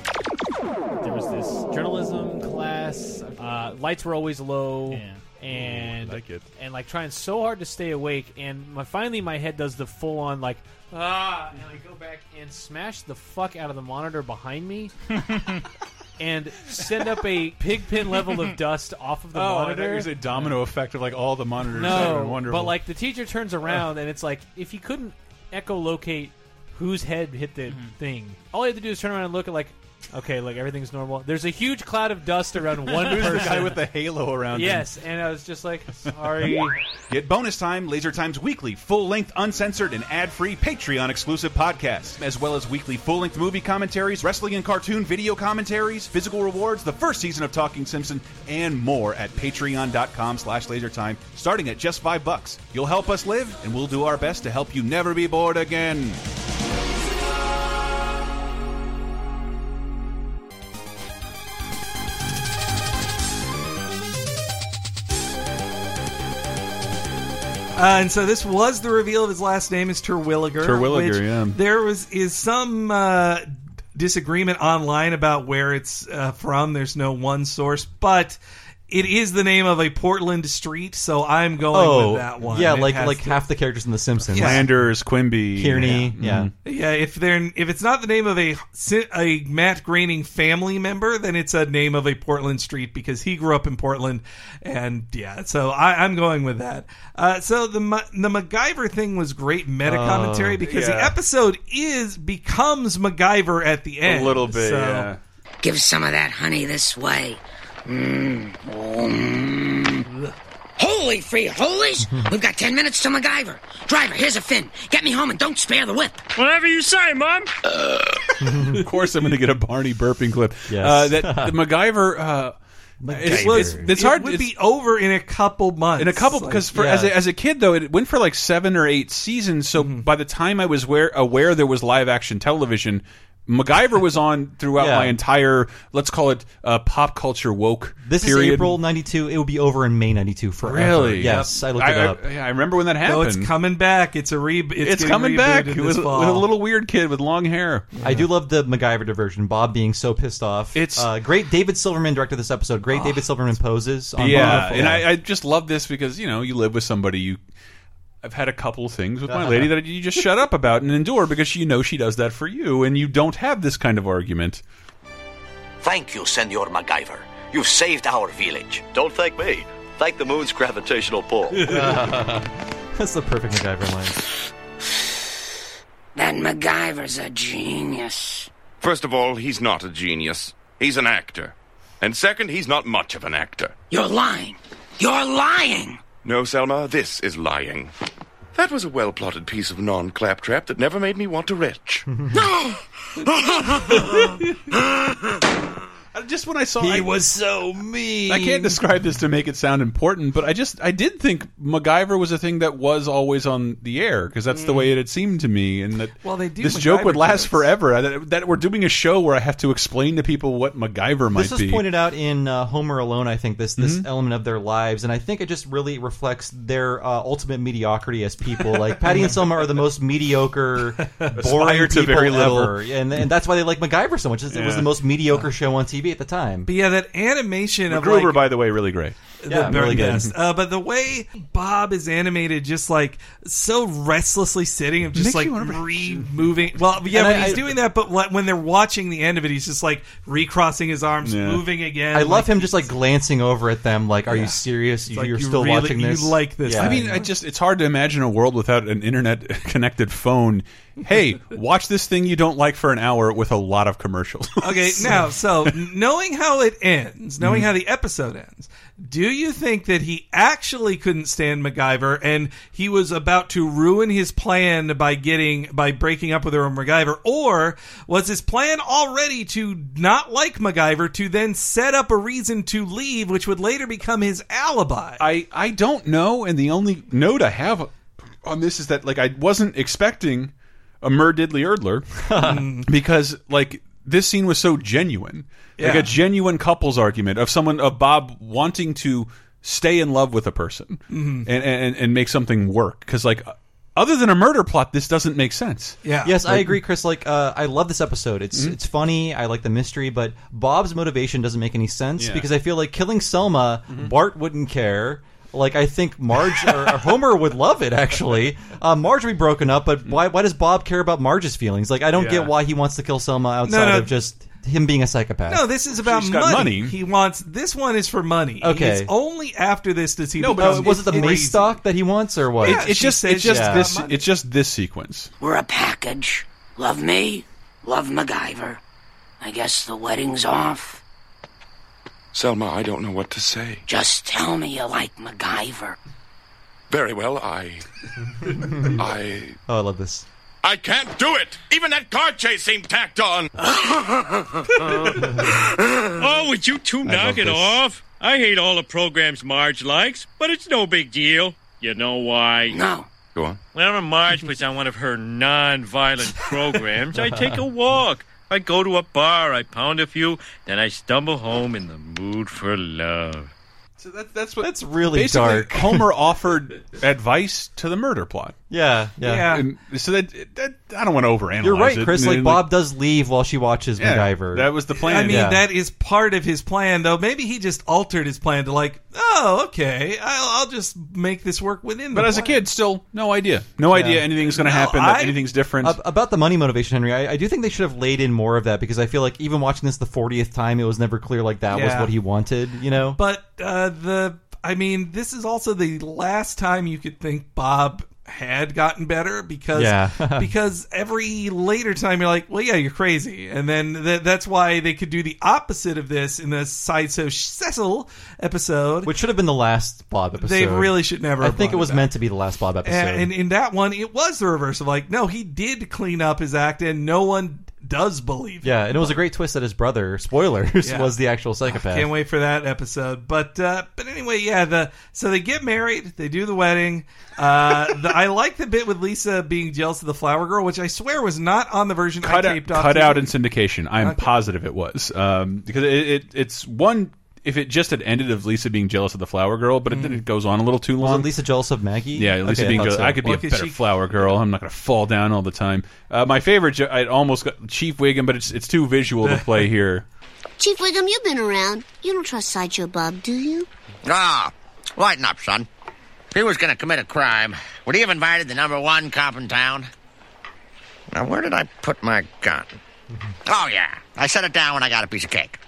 There was this journalism class. Uh, lights were always low, and
like it.
and like trying so hard to stay awake. And my, finally, my head does the full on like ah, and I go back and smash the fuck out of the monitor behind me. and send up a pigpen level of dust (laughs)
(laughs)
off of the
oh, I thought
monitor.
you said domino effect of like all the monitors. That would've
No,
been wonderful.
Oh, but like the teacher turns around and it's like if you couldn't echolocate whose head hit the
Mm-hmm.
thing, all you have to do is turn around and look at like, okay, like everything's normal. There's a huge cloud of dust around
(laughs)
one
Who's
person.
the guy with the halo around him?
Yes, and I was just like,
(laughs)
sorry.
Uh,
Get bonus time, Laser Times weekly, full length, uncensored, and ad free Patreon exclusive podcasts, as well as weekly full length movie commentaries, wrestling and cartoon video commentaries, physical rewards, the first season of Talking Simpson, and more at patreon.com slash lasertime, starting at just five bucks. You'll help us live, and we'll do our best to help you never be bored again.
Uh, and so this was the reveal of his last name is Terwilliger.
Terwilliger,
which
yeah.
There was is some uh, disagreement online about where it's uh, from. There's no one source, but it is the name of a Portland street. So I'm going with that one.
Oh, Yeah,
It
like
has
like
to-
half the characters in The Simpsons.
Yeah.
Flanders, Quimby,
Kearney.
Mm-hmm.
Yeah.
Yeah, if they're if it's not the name of a a Matt Groening family member, then it's a name of a Portland street because he grew up in Portland, and yeah, so I, I'm going with that. Uh, so the Ma- the MacGyver thing was great meta
Oh,
commentary because the
yeah.
episode is becomes MacGyver at the end so-
Give some of that honey this way. Mm. Mm. Holy free holies! We've got ten minutes to MacGyver. Driver, here's a fin. Get me home and don't spare the whip. Whatever you say, Mom.
of course, I'm going to get a Barney burping clip. Uh, that
(laughs)
the MacGyver. Uh, It's,
MacGyver.
it's, it's hard.
It would
it's-
be over in a couple months.
in a couple
Like,
because for as,
yeah.
a, as a kid though it went for like seven or eight seasons so
Mm-hmm.
by the time i was where, aware there was live action television MacGyver was on throughout
Yeah.
my entire let's call it uh, pop culture woke
This
period.
is April '92. It will be over in May '92 forever.
really
Yes, I looked it up.
yeah, I remember when that
So
happened
it's
coming back it's a re
it's,
getting
coming
rebooted
back
this
with, with
fall.
a little weird kid with long hair
I do love the MacGyver diversion. Bob being so pissed off. It's uh, great. David Silverman directed this episode. Great. David Silverman poses. On
yeah,
Wonderful.
and I, I just love this because you know you live with somebody you. I've had a couple of things with my
(laughs)
lady that you just shut up about and endure because you know she does that for you, and you don't have this kind of argument.
Thank you, Senor MacGyver. You've saved our village. Don't thank me. Thank the moon's gravitational pull.
That's the perfect MacGyver line.
That MacGyver's a genius.
First of all, he's not a genius. He's an actor. And second, he's not much of an actor.
You're lying. You're lying.
No, Selma, this is lying. That was a well plotted piece of non claptrap that never made me want to retch.
No.
Just when I saw
He
was
so mean.
I can't describe this to make it sound important, but I just I did think MacGyver was a thing that was always on the air because that's the way it had seemed to me, and that
Well, they do
this joke would
MacGyver
last
jokes.
forever. I- That, that we're doing a show where I have to explain to people what MacGyver might
This was
be.
pointed out in uh, Homer Alone. I think this this
Mhm.
element of their lives, and I think it just really reflects their uh, ultimate mediocrity as people. Like Patty and Selma are the
(laughs)
most mediocre, boring
Aspire to
people
very little.
ever, and, and that's why they like MacGyver so much. It was
Yeah.
the most mediocre show on TV at the time.
But yeah, that animation of
Gruber,
like,
by the way, really great.
Yeah,
the
really
really
good.
best. Uh, but the way Bob is animated, just like so restlessly sitting, of just
Makes
like
you wanna-
re-moving. Well, yeah,
And
when
I-
he's
I-
doing that, but what- when they're watching the end of it, he's just like recrossing his arms, moving again.
I love him just like glancing over at them, like, "Are you serious?
like,
You're
you
still
really-
watching
you
this?
like this.
Yeah.
I mean, I just it's hard to imagine a world without an internet (laughs) connected phone. Hey, watch this thing you don't like for an hour with a lot of commercials. (laughs)
Okay, now so knowing how it ends, knowing how the episode ends, do you think that he actually couldn't stand MacGyver and he was about to ruin his plan by getting by breaking up with her on MacGyver, or was his plan already to not like MacGyver to then set up a reason to leave, which would later become his alibi?
I I don't know, and the only note I have on this is that like I wasn't expecting a Mer Diddley Erdler because like this scene was so genuine, like
Yeah.
a genuine couples argument of someone of Bob wanting to stay in love with a person
Mhm.
and, and and make something work because like other than a murder plot, this doesn't make sense.
Yes, I
Like,
agree, Chris. Like, uh, I love this episode. It's
Mhm.
it's funny. I like the mystery, but Bob's motivation doesn't make any sense
Yeah.
because I feel like killing Selma, Bart wouldn't care. Like, I think Marge or, or Homer would love it. Actually, uh, Marge would be broken up, but why why does Bob care about Marge's feelings? Like, I don't
Yeah.
get why he wants to kill Selma outside
no.
of just him being a psychopath.
No, this is about
She's got
money.
money.
He wants this one is for money.
Okay.
It's only after this does he.
No, but
become
Uh, was it the
crazy.
mace stock that he wants or what?
Yeah, It's- it's she just- says it's just she's got this- money.
It's just this sequence.
We're a package. Love me, love MacGyver. I guess the wedding's off.
Selma, I don't know what to say.
Just tell me you like MacGyver.
Very well, I. I.
Oh, I love this.
I can't do it! Even that car chase seemed tacked on!
(laughs) oh, would you two knock it off? I hate all the programs Marge likes, but it's no big deal. You know why?
No.
Go on.
Whenever Marge puts on one of her
(laughs)
non-violent programs, I take a walk. I go to a bar, I pound a few, then I stumble home in the mood for love.
So that, that's what. That's
really
Basically,
dark.
Homer offered advice to the murder plot.
Yeah, yeah. Yeah.
And so that, that I don't want to overanalyze.
You're right,
it.
Chris. Like
And,
Bob does leave while she watches
Yeah,
MacGyver.
that was the plan.
I mean,
Yeah.
that is part of his plan, though. Maybe he just altered his plan to like, oh, okay, I'll, I'll just make this work within.
But
the
as a
plan.
kid, still no idea. No idea anything's going to
No,
happen.
I-
that anything's different.
Ab- about the money motivation, Henry, I, I do think they should have laid in more of that because I feel like even watching this the 40th time, it was never clear like that was
Yeah.
what he wanted, you know?
But uh, the, I mean, this is also the last time you could think Bob had gotten better because
Yeah. (laughs)
because every later time you're like, well, yeah, you're crazy, and then th- that's why they could do the opposite of this in the Sideshow Cecil episode,
Which should have been the last Bob episode.
They really should never
I
have
think it
brought it
was
back.
meant to be the last Bob episode.
And, and in that one, it was the reverse of like, no, he did clean up his act, and no one does believe.
yeah, and it was a great twist that his brother, spoilers,
Yeah.
was the actual psychopath.
Can't wait for that episode. But uh, but anyway, yeah. The so they get married, they do the wedding.
(laughs)
Uh, the, I like the bit with Lisa being jealous of the flower girl, which I swear was not on the version
cut
I
out,
taped off.
cut
to
out
you.
in syndication. I'm
Okay.
positive it was um, because it, it it's one. If it just had ended of Lisa being jealous of the flower girl, but it, then it goes on a little too long.
Mm. Was it Um, Lisa jealous of Maggie?
Yeah, Lisa
Okay, I
being
thought
jealous.
so.
I could be
Well,
a
'cause
better
she-
flower girl. I'm not going to fall down all the time. Uh, my favorite, jo- I almost got Chief Wiggum, but it's it's too visual
(laughs)
to play here.
Chief Wiggum, you've been around. You don't trust Sideshow Bob, do you?
Ah, lighten up, son. If he was going to commit a crime, would he have invited the number one cop in town? Now, where did I put my gun?
Mm-hmm.
Oh, yeah. I set it down when I got a piece of cake.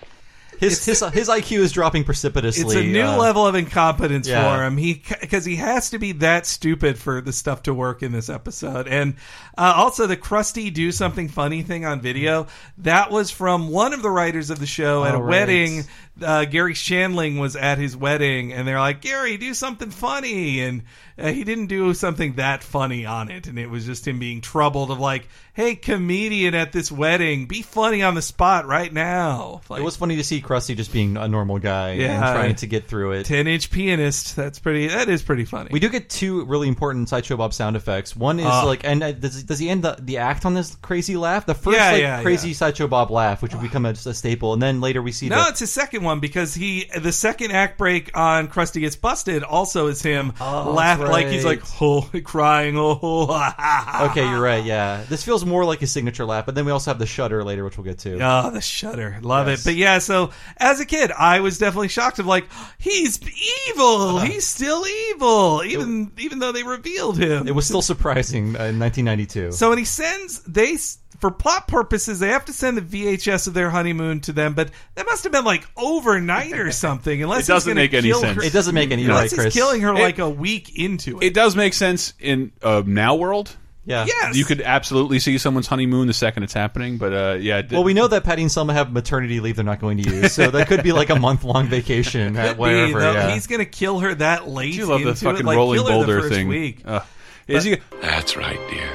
His, his, his IQ is dropping precipitously.
It's a new
uh,
level of incompetence
yeah.
for him. He because he has to be that stupid for the stuff to work in this episode, and uh, also the crusty do something funny thing on video that was from one of the writers of the show at a
All right.
wedding. Uh, Gary Shandling was at his wedding, and they're like, "Gary, do something funny," and uh, he didn't do something that funny on it, and it was just him being troubled of like, "Hey, comedian at this wedding, be funny on the spot right now." Like,
It was funny to see Krusty just being a normal guy
Yeah.
and trying to get through it.
Ten inch pianist. That's pretty. That is pretty funny.
We do get two really important sideshow Bob sound effects. One is
Ah.
like, and uh, does, does he end the, the act on this crazy laugh? The first
Yeah,
like,
yeah,
crazy sideshow Bob laugh, which would become a, just a staple, and then later we see
No,
the-
it's his second one because he the second act break on Krusty Gets Busted also is him
Oh,
laugh
that's
like he's
right.
like oh, crying oh, oh ha, ha, ha.
(laughs) Okay, you're right. Yeah, this feels more like his signature laugh, but then we also have the shudder later, which we'll get to.
Oh, the shudder. Love it. But yeah, so as a kid, I was definitely shocked of like, he's
Uh-huh.
evil. He's still evil, even even though they revealed him.
It was still surprising uh, in 1992.
So when he sends they s- for plot purposes, they have to send the VHS of their honeymoon to them, but that must have been like overnight
(laughs)
or something. Unless
It doesn't
he's gonna
make any
kill
sense.
her-
It doesn't make any- You're
Unless
right,
he's
Chris.
killing her
It-
like a week into it.
It does make sense in uh, now world.
Yeah,
Yes.
you could absolutely see someone's honeymoon the second it's happening. But uh, yeah, it-
well, we know that Patty and Selma have maternity leave they're not going to use, so that could be like a month long vacation at
(laughs) Be,
wherever.
though,
yeah.
He's gonna kill her that late.
you love the
into
fucking
it, like,
rolling
kill her the
boulder
first
thing. Oh,
Week.
Ugh. is he?
That's right, dear.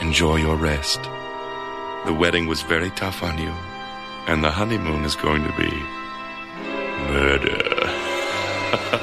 Enjoy your rest. The wedding was very tough on you, and the honeymoon is going to be murder.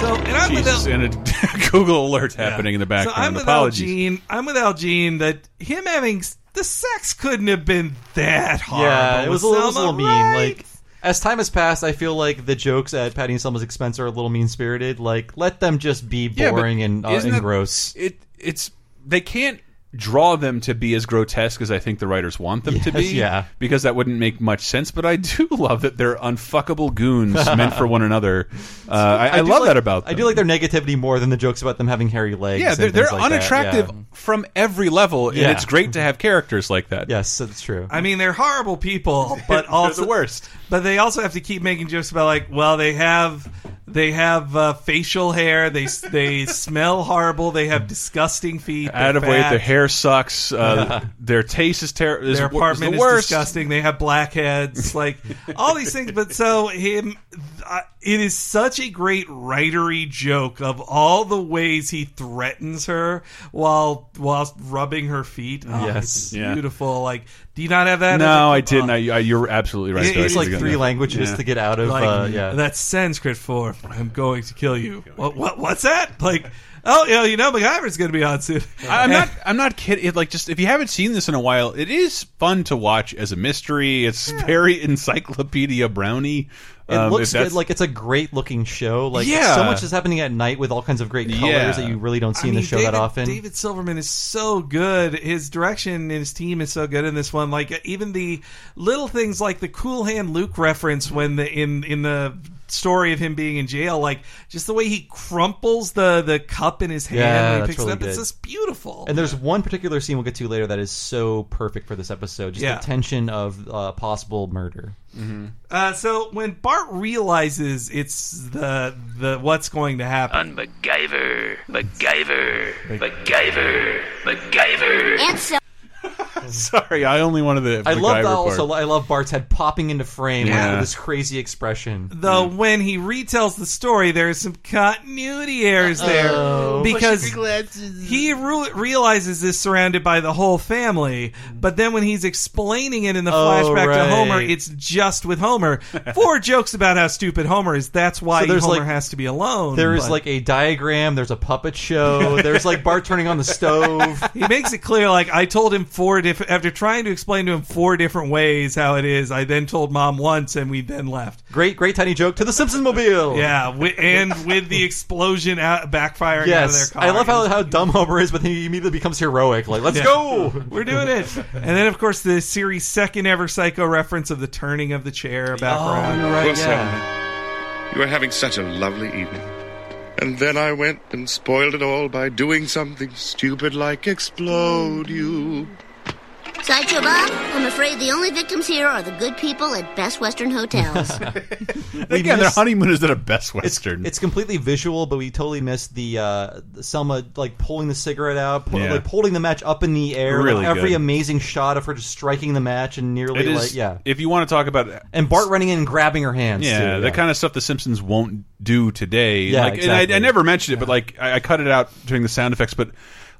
So, and I'm with
Jesus, and a (laughs) Google alert happening in the
So
background.
I'm with Al
Apologies.
Jean. I'm with Al Jean. That him having s- the sex couldn't have been that hard.
Yeah, it was a little, it was a little mean.
Right?
Like as time has passed, I feel like the jokes at Patty and Selma's expense are a little mean spirited. Like let them just be
Yeah, but
boring and, uh,
isn't
and
that-
gross.
It it's they can't draw them to be as grotesque as I think the writers want them to
Yes,
be.
yeah.
Because that wouldn't make much sense. But I do (laughs) love that they're unfuckable goons meant for one
(laughs)
another. Uh, I, I,
do
love
like-
that about them.
I do like their negativity more than the jokes about them having hairy legs.
Yeah,
and
they're, they're
things like that,
unattractive
yeah.
from every level,
Yeah.
and it's great to have characters like that.
Yes, that's true.
I mean, they're
(laughs)
horrible people, but also
the worst.
But they also have to keep making jokes about like, well, they have they have uh, facial hair, they s- (laughs) they smell horrible, they have disgusting feet,
Out of
they're
weight,
fat,
their hair sucks. Uh, their taste is terrible.
their apartment
is
is,
the worst.
disgusting, they
(laughs)
have blackheads, like all these things. But so him, uh, it is such a great writery joke of all the ways he threatens her while while rubbing her feet. Oh,
Yes.
it's
Yeah.
beautiful. Like, do you not have that? as a-
No, I didn't. I, I, you're absolutely right.
It-
though. I
it's
should
like
have gotten
three
that.
languages
Yeah.
to get out of,
Like,
uh, yeah.
That's Sanskrit for "I'm going to kill you." What? What? What's that? Like, oh, you know, you know, MacGyver's going to be
(laughs)
on soon.
I- I'm not. I'm not kidding. It, like, just if you haven't seen this in a while, it is fun to watch as a mystery. It's very Encyclopedia Brownie.
It
Um,
looks
if that's-
good. Like it's a great looking show. Like
Yeah.
so much is happening at night with all kinds of great colors
Yeah.
that you really don't see
(laughs) I
in the
mean,
show
David,
that often.
David Silverman is so good. His direction and his team is so good in this one. Like even the little things, like the Cool Hand Luke reference when the in in the story of him being in jail, like just the way he crumples the the cup in his hand
yeah,
when he
that's
picks
really
it up.
good.
It's just beautiful.
And there's one particular scene we'll get to later that is so perfect for this episode. Just
Yeah.
the tension of uh, possible murder. Mm-hmm.
Uh, so when Bart realizes it's the the what's going to happen,
MacGyver, MacGyver, MacGyver, MacGyver.
Ansel.
(laughs) Sorry, I only wanted the.
I
the
love
guy
that
report.
also. I love Bart's head popping into frame
Yeah.
with this crazy expression.
though when he retells the story, there's some continuity errors there
Uh-oh.
because he re- realizes is surrounded by the whole family, but then when he's explaining it in the
Oh,
flashback to
right.
Homer, it's just
(laughs)
with Homer. Four jokes about how stupid Homer is. That's why
So there's,
Homer
like-
has to be alone.
There is
but-
like a diagram. There's a puppet
(laughs)
show. there's like Bart turning on the stove.
he makes it clear like i told him four different after trying to explain to him four different ways how it is i then told mom once and we then left
Great, great tiny joke to the Simpsons mobile.
yeah wi- and with the explosion out backfiring out of their
Yes,
car
I love how, how dumb Homer is, but then he immediately becomes heroic. Like, let's
Yeah.
go.
we're doing it and then of course the series second ever psycho reference of the turning of the chair
Oh,
background
Wilson, You were having such a lovely evening. And then I went and spoiled it all by doing something stupid like explode you.
Sideshow Bob, I'm afraid the only victims here are the good people at Best Western
(laughs)
Hotels.
We
Again, their
missed-
honeymoon is at a Best Western.
It's completely visual, but we totally missed the uh, Selma like pulling the cigarette out, pu-
Yeah.
like holding the match up in the air. like,
Really
every
good.
amazing shot of her just striking the match and nearly
It is.
like yeah.
If you want to talk about
And Bart running in and grabbing her hands.
Yeah,
too,
that kind of stuff the Simpsons won't do today.
Yeah,
like, and
exactly.
I, I never mentioned it, but like I, I cut it out during the sound effects. But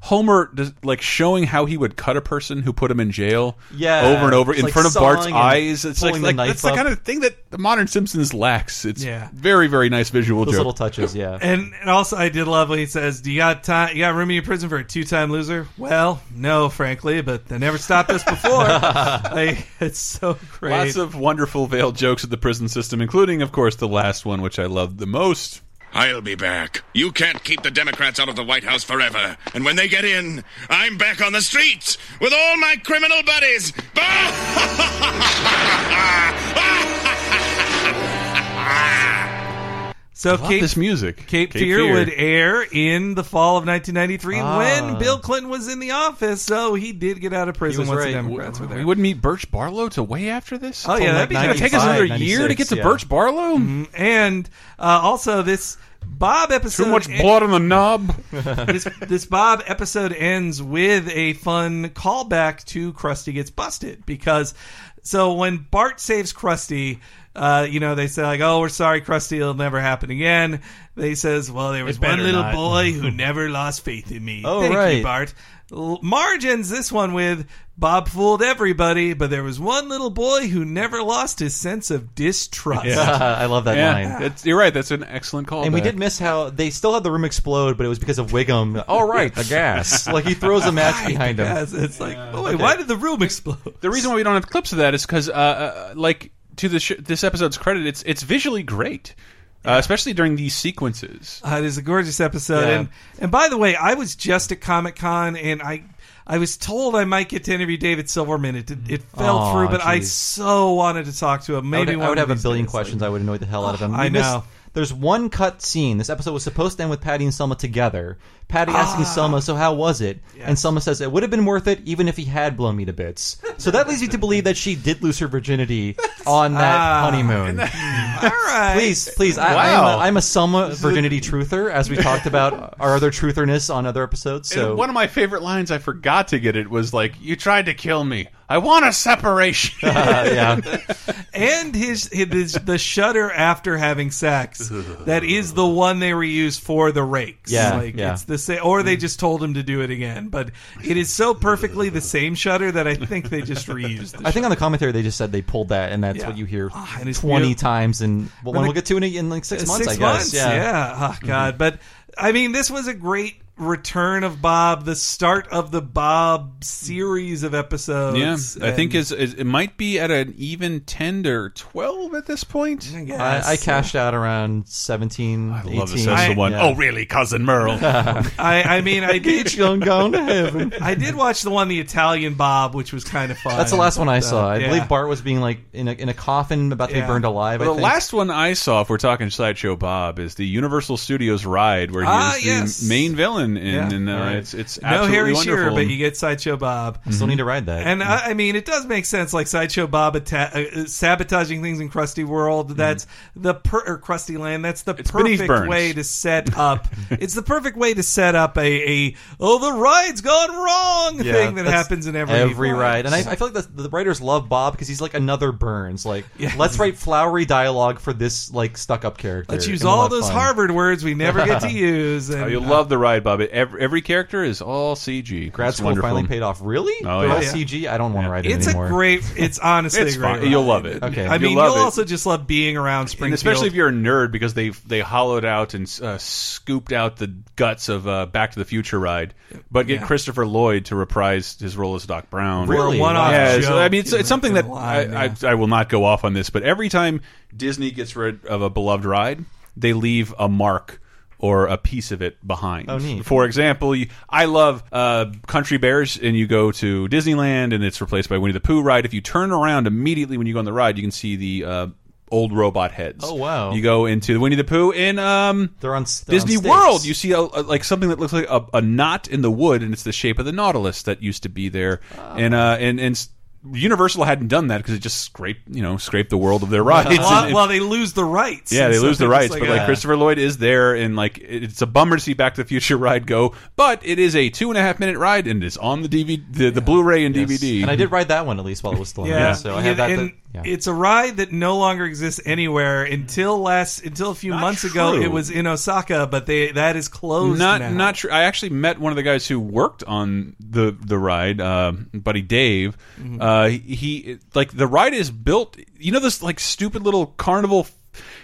Homer, does, like showing how he would cut a person who put him in jail,
Yeah,
over and over
it's
in
like
front of Bart's
sawing and
eyes. It's like,
pulling the
like
knife
that's
up.
the kind of thing that the modern Simpsons lacks. It's
Yeah.
very, very nice visual
those
joke.
little touches. Yeah,
And, and also, I did love when he says, "Do you got time? You got room in your prison for a two-time loser?" Well, no, frankly, but they never stopped
(laughs)
us before. like, it's so great.
Lots of wonderful veiled jokes at the prison system, including, of course, the last one, which I loved the most.
I'll be back. You can't keep the Democrats out of the White House forever. And when they get in, I'm back on the streets with all my criminal buddies. (laughs)
I
so,
love
Cape,
this music.
Cape, Fear, would air in the fall of 1993
Ah.
when Bill Clinton was in the office, so he did get out of prison
was
once the
right.
Democrats were
We
there.
wouldn't meet Birch Barlow to way after this.
Oh yeah, that'd be
It's gonna take us another year to get to Birch Barlow.
Mm-hmm.
Mhm. And uh, also this Bob episode. eh,
Too much blood on the knob.
this, this Bob episode ends with a fun callback to Krusty Gets Busted because so when Bart saves Krusty, uh, you know, they say, like, oh, we're sorry, Krusty, it'll never happen again. They says, well, there was
It
one
better
little
not.
boy who never lost faith in me.
Oh,
Thank you,
right.
Bart. L- Marge ends this one with Bob fooled everybody, but there was one little boy who never lost his sense of distrust.
(laughs) I love that
Yeah,
line.
that's- you're right. That's an excellent call.
And we did miss how they still had the room explode, but it was because of Wiggum. All right, the gas. (laughs) like he throws a match behind him.
(laughs) Yes, it's like, oh, wait, why did the room explode?
The reason why we don't have clips of that is because, uh, uh, like, to the sh- this episode's credit, it's it's visually great. uh, especially during these sequences.
Uh, it is a gorgeous episode,
Yeah.
and and by the way, I was just at Comic Con, and I I was told I might get to interview David Silverman. It did- it fell
Aw,
through, but I
geez.
so wanted to talk to him.
I would-
Maybe
I would,
one of
have a
these
billion
days.
questions. I would annoy the hell out of him.
(sighs) I
We missed-
know.
there's one cut scene. This episode was supposed to end with Patty and Selma together. Patty asking
Ah.
Selma, "So how was it?" And Selma says, "It would have been worth it, even if he had blown me to bits." So that leads you to believe that she did lose her
(laughs)
virginity on that
Ah.
honeymoon.
(laughs) All right,
(laughs) Please, please, I,
Wow.
I'm, a, I'm a Selma virginity truuther, as we talked
(laughs)
about our other trutherness on other episodes. So
And one of my favorite lines I forgot to get it was like, "You tried to kill me. I want a separation."
(laughs) uh,
(laughs) and his, his the shudder after
(laughs)
having sex. that is the one they reuse for the rakes.
Yeah,
like
yeah. Mm.
it's the same, or they just told him to do it again. But it is so perfectly the same shudder that I think they just reused.
I think on the commentary they just said they pulled that, and that's
Yeah. Ah,
what you hear
and it's
twenty
beautiful.
times, and well,
When
when
the-
we'll get to in, in like six
Uh,
months, I guess.
months,
yeah. Mm-hmm.
yeah. Oh God, but I mean, this was a great return of Bob. The start of the Bob series
(laughs)
of
yeah,
episodes.
I think
And-
is, is it might be at an even ten or twelve at this point.
I,
I, I cashed out around 17. I
love this as the one, "Oh, (laughs) really, cousin
(laughs)
Merle?"
I, I mean, I did
young gone to heaven.
I did watch the one, the Italian Bob, which was kind of
(laughs)
fun.
That's the last one I
Uh,
saw. I
yeah.
believe Bart was being like in a, in a coffin about to
Yeah.
be burned alive.
Well,
I
the
think.
last one I saw, if we're talking sideshow Bob, is the Universal Studios ride where he
Ah,
is the
yes.
main villain, in,
Yeah.
and uh,
Right.
it's it's
no
absolutely
Harry
wonderful.
Shearer, but you get Sideshow Bob.
I still need to ride that.
And I, I mean, it does make sense. Like Sideshow Bob atta- uh, uh, sabotaging things in Krusty World. That's the per- or Krusty Land. That's the
beneath
perfect
Mm-hmm. Burns.
way
(laughs)
to set up. it's the perfect way to set up a, a oh the ride's gone wrong
Yeah,
thing that
that's
happens in every
every ride, and I,
ride.
I feel like the, the writers love Bob because he's like another Burns. Like, let's write flowery dialogue for this like stuck-up character.
Let's use
and we'll
all
have
those
fun.
Harvard words we never
(laughs)
get to use. And, uh,
Oh, you love the ride, Bob. It- Every, every character is all CG.
Grad
It's
school
wonderful.
finally paid off. Really?
Oh,
They're
yeah.
all CG. I don't want to ride it
It's
anymore.
a great. It's honestly
It's
a great.
fine. You'll
ride.
love it.
Okay.
I
You'll
mean,
love
you'll
it.
also just love being around
And
Springfield,
especially if you're a nerd because they they hollowed out and uh, scooped out the guts of uh, Back to the Future ride, but get
Yeah.
Christopher Lloyd to reprise his role as Doc Brown.
Really? For a one-off
Yeah,
joke
so, I mean, it's,
in
it's
the-
something
in the
that
line,
I, I, I will not go off on this, but every time Disney gets rid of a beloved ride, they leave a mark. Or a piece of it behind.
Oh, neat.
For example, you, I love uh, Country Bears, and you go to Disneyland, and it's replaced by Winnie the Pooh ride. If you turn around immediately when you go on the ride, you can see the uh, old robot heads.
Oh, wow.
You go into Winnie the Pooh in um
They're on they're on
Disney
stakes.
World. You see a, a- like something that looks like a, a knot in the wood, and it's the shape of the Nautilus that used to be there.
Oh.
And uh and and s- Universal hadn't done that because it just scraped you know scraped the world
(laughs)
of their rights.
While,
And-
while they lose the rights.
yeah,
And
they
so
lose the
they're
rights,
just
but like
uh,
Christopher Lloyd is there, and like it- it's a bummer to see Back to the Future ride go, but it is a two and a half minute ride, and it's on the DVD, the, the Blu-ray and DVD.
And I did ride that one at least while it was still on.
Yeah,
there, So I had that.
and
that- yeah.
It's a ride that no longer exists anywhere. Until last, until a few months ago,
true.
it was in Osaka, but they that is closed.
Not
now.
not sure. I actually met one of the guys who worked on the the ride, uh, buddy Dave. Uh, he like the ride is built. You know this like stupid little carnival. It,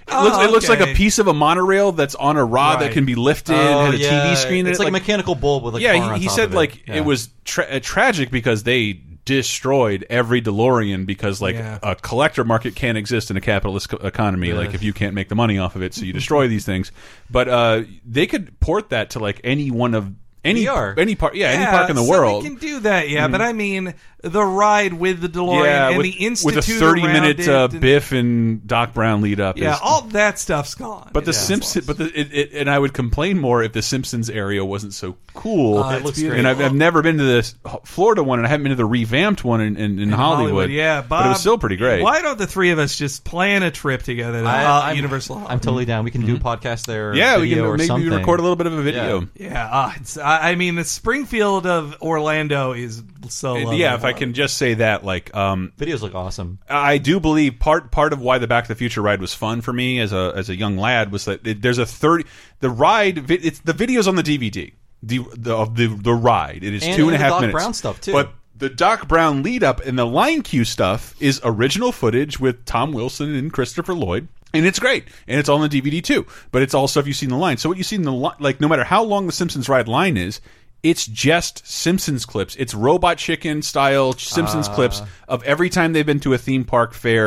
Oh,
looks, it looks like
okay.
a piece of a monorail that's on a rod
Right.
that can be lifted.
Oh,
had a
yeah.
TV screen. in
It's
it,
like a mechanical bull with like
yeah,
a car
he,
on
he
top
said
of it.
like
Yeah.
it was tra uh, tragic because they destroyed every DeLorean because like
Yeah.
a collector market can't exist in a capitalist co economy. Like if you can't make the money off of it, so you destroy these things. But uh, they could port that to like any one of any
VR.
any park, yeah, any
Yeah,
park in the
so
world. Mm-hmm.
they can do that. Yeah, but I mean the ride with the DeLorean
yeah,
and
with,
the institute
with a thirty-minute
around it
uh,
and-
Biff and Doc Brown lead up.
Yeah,
is,
all that stuff's gone.
but the
Yeah.
Simpson, but the, it, it, and I would complain more if the Simpsons area wasn't so cool.
Oh, It it's looks beautiful.
And I've, I've never been to the Florida one, and I haven't been to the revamped one in, in, in, Hollywood.
Yeah, Bob,
but it was still pretty great.
Why don't the three of us just plan a trip together to uh,
I'm-
Universal? Hollywood?
I'm totally down. We can
Mm-hmm.
do a podcast there. or
Yeah, we
video
can
or
maybe
something.
record a little bit of a video.
Yeah.
Yeah, ah, it's, I, I mean the Springfield of Orlando is so.
And
lovely.
yeah, if I can just say that, like, um,
Videos look awesome.
I do believe part part of why the Back to the Future ride was fun for me as a as a young lad was that it, there's a thirty the ride vi- it's the videos on the DVD the the of the, the ride it is
And-
two and
and
a
the
half
Doc
minutes
Brown stuff, too.
but the Doc Brown lead up and the line cue stuff is original footage with Tom Wilson and Christopher Lloyd. And it's great, and it's all on the DVD too. But it's all stuff you see in the line. So what you see in the line, like no matter how long the Simpsons ride line is, It's just Simpsons clips. It's robot chicken style Simpsons
Ah.
clips of every time they've been to a theme park fair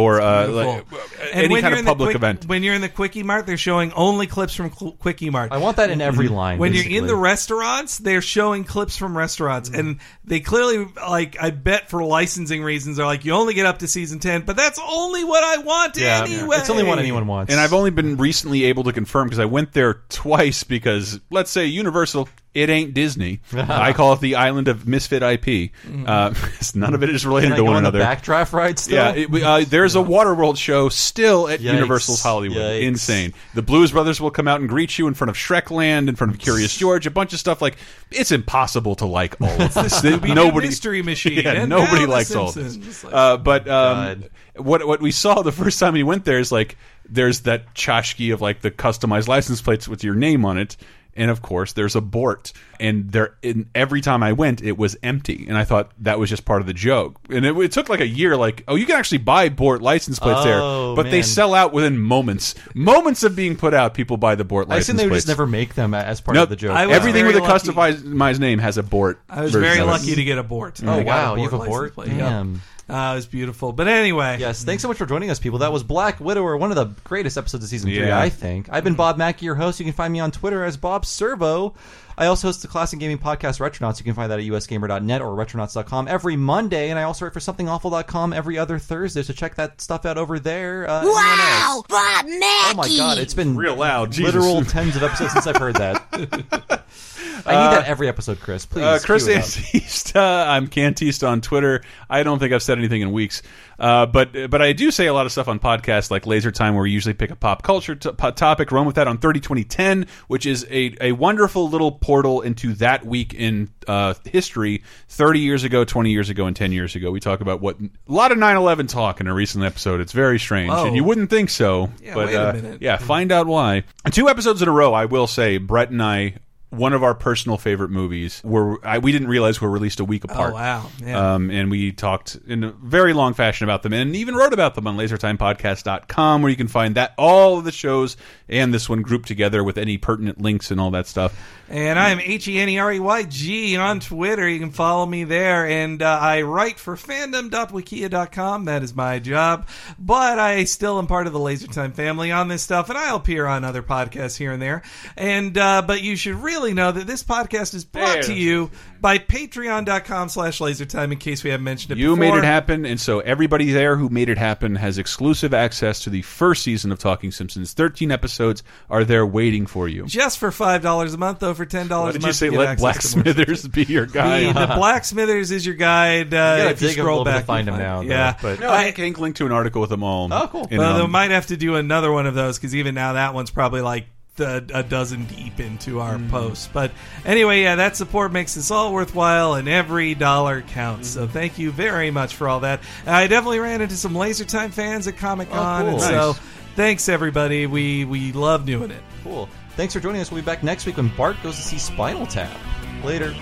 or uh, like,
Beautiful. And
any kind
when you're
of
in the
public
quick-
event.
When you're in the Quickie Mart, they're showing only clips from Qu- Quickie Mart.
I want that in every
Mm-hmm.
line,
When
basically.
you're in the restaurants, they're showing clips from restaurants,
Mm.
and they clearly like I bet for licensing reasons are like you only get up to season ten, but that's only what I want anyway.
And I've only been recently able to confirm because I went there twice because let's say Universal, it ain't
(laughs)
Disney. I call it the island of misfit IP. Uh, (laughs) none of it is related
Mm-hmm. Can I
to
go
one
on the
another.
backdraft ride still?
Yeah, it, we- uh, there's a Waterworld show still at
Yikes.
Universal's Hollywood. Insane. The Blues Brothers will come out and greet you in front of Shrek Land, in front of
(laughs)
Curious George, a bunch of stuff like it's impossible to like all of
(laughs)
It's
this.
the Scooby-Doo
nobody (laughs)
Mystery Machine,
Yeah,
and
nobody
now The
likes all of
Simpsons.
this. Uh, but um, what what we saw the first time we went there is like there's that tchotchke of like the customized license plates with your name on it. And of course, there's a Bort, and there. And every time I went, it was empty, and I thought that was just part of the joke. And it, it took like a year. Like, oh, you can actually buy Bort license plates
Oh,
there, but they
man.
sell out within moments. Moments of being put out, people buy the Bort
I
license
assume they would
plates.
just never make them as part
No,
of the joke.
Everything with a customized name has a Bort.
I was
version
very
of it.
lucky to get a Bort.
Oh,
I got
wow, you have a
license
Bort?
plate, yeah.
Damn.
Uh, it was beautiful. But anyway,
Mm-hmm.
yes. Thanks so much for joining us, people. That was Black Widower, one of the greatest episodes of season three,
Yeah.
I think. I've
Mm-hmm.
been Bob Mackey, your host. You can find me on Twitter as Bob Servo. I also host the classic gaming podcast Retronauts. You can find that at usgamer.net or retronauts.com every Monday, and I also write for somethingawful.com every other Thursday. So check that stuff out over there. Uh, anyone else?
Wow, Bob Mackey!
Oh my god, it's been
real loud. Jesus.
Literal tens of episodes since I've
(laughs)
heard that. I need that every episode, Chris. Please.
Uh, Chris
cue it up.
Antista. (laughs) I'm Cantista on Twitter. I don't think I've said anything in weeks, uh, but but I do say a lot of stuff on podcasts like Laser Time, where we usually pick a pop culture to po- topic, run with that on 302010, which is a, a wonderful little portal into that week in uh, history 30 years ago, 20 years ago, and 10 years ago. We talk about what a lot of 9 11 talk in a recent episode. It's very strange,
Whoa.
and you wouldn't think so.
Oh. Yeah,
but,
wait a
uh,
minute.
yeah, find out why. Two episodes in a row, I will say, Brett and I, one of our personal favorite movies, were I, we didn't realize were released a week apart.
Oh, wow. Yeah.
Um, and we talked in a very long fashion about them and even wrote about them on lasertimepodcast.com, where you can find that all of the shows and this one grouped together with any pertinent links and all that stuff.
And I'm H E N E R E Y G on Twitter. You can follow me there. And uh, I write for fandom.wikia.com. That is my job. But I still am part of the Laser Time family on this stuff, and I'll appear on other podcasts here and there. And uh, but you should really know that this podcast is brought to you by patreon.com slash lasertime in case we haven't mentioned it
You
before.
made it happen, and so everybody there who made it happen has exclusive access to the first season of Talking Simpsons. Thirteen episodes are there waiting for you.
Just for five dollars a month, though, for ten
Why
dollars a
did
month.
you say
get
let
access
Black
to more
Smithers be your
The,
guide?
the blacksmithers is your guide. Uh,
You gotta
if you
dig a
scroll
little bit
back,
to find
you'll
them now, though,
Yeah,
but- (laughs) No,
I,
I can link to an article with them all. Oh, cool. in
Well,
an
they
on-
might have to do another one of those because even now that one's probably like the, a dozen deep into our
Mm.
post. But anyway, yeah, that support makes this all worthwhile, and every dollar counts. So
Mm.
thank you very much for all that. And I definitely ran into some Laser Time fans at Comic
Oh,
Con,
cool.
and
Nice.
so thanks everybody. We we love doing it.
Cool. Thanks for joining us. We'll be back next week when Bart goes to see Spinal Tap. Later.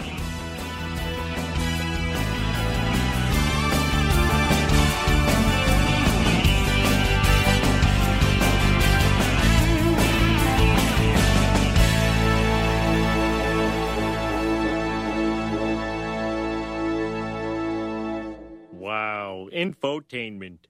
Wow, infotainment.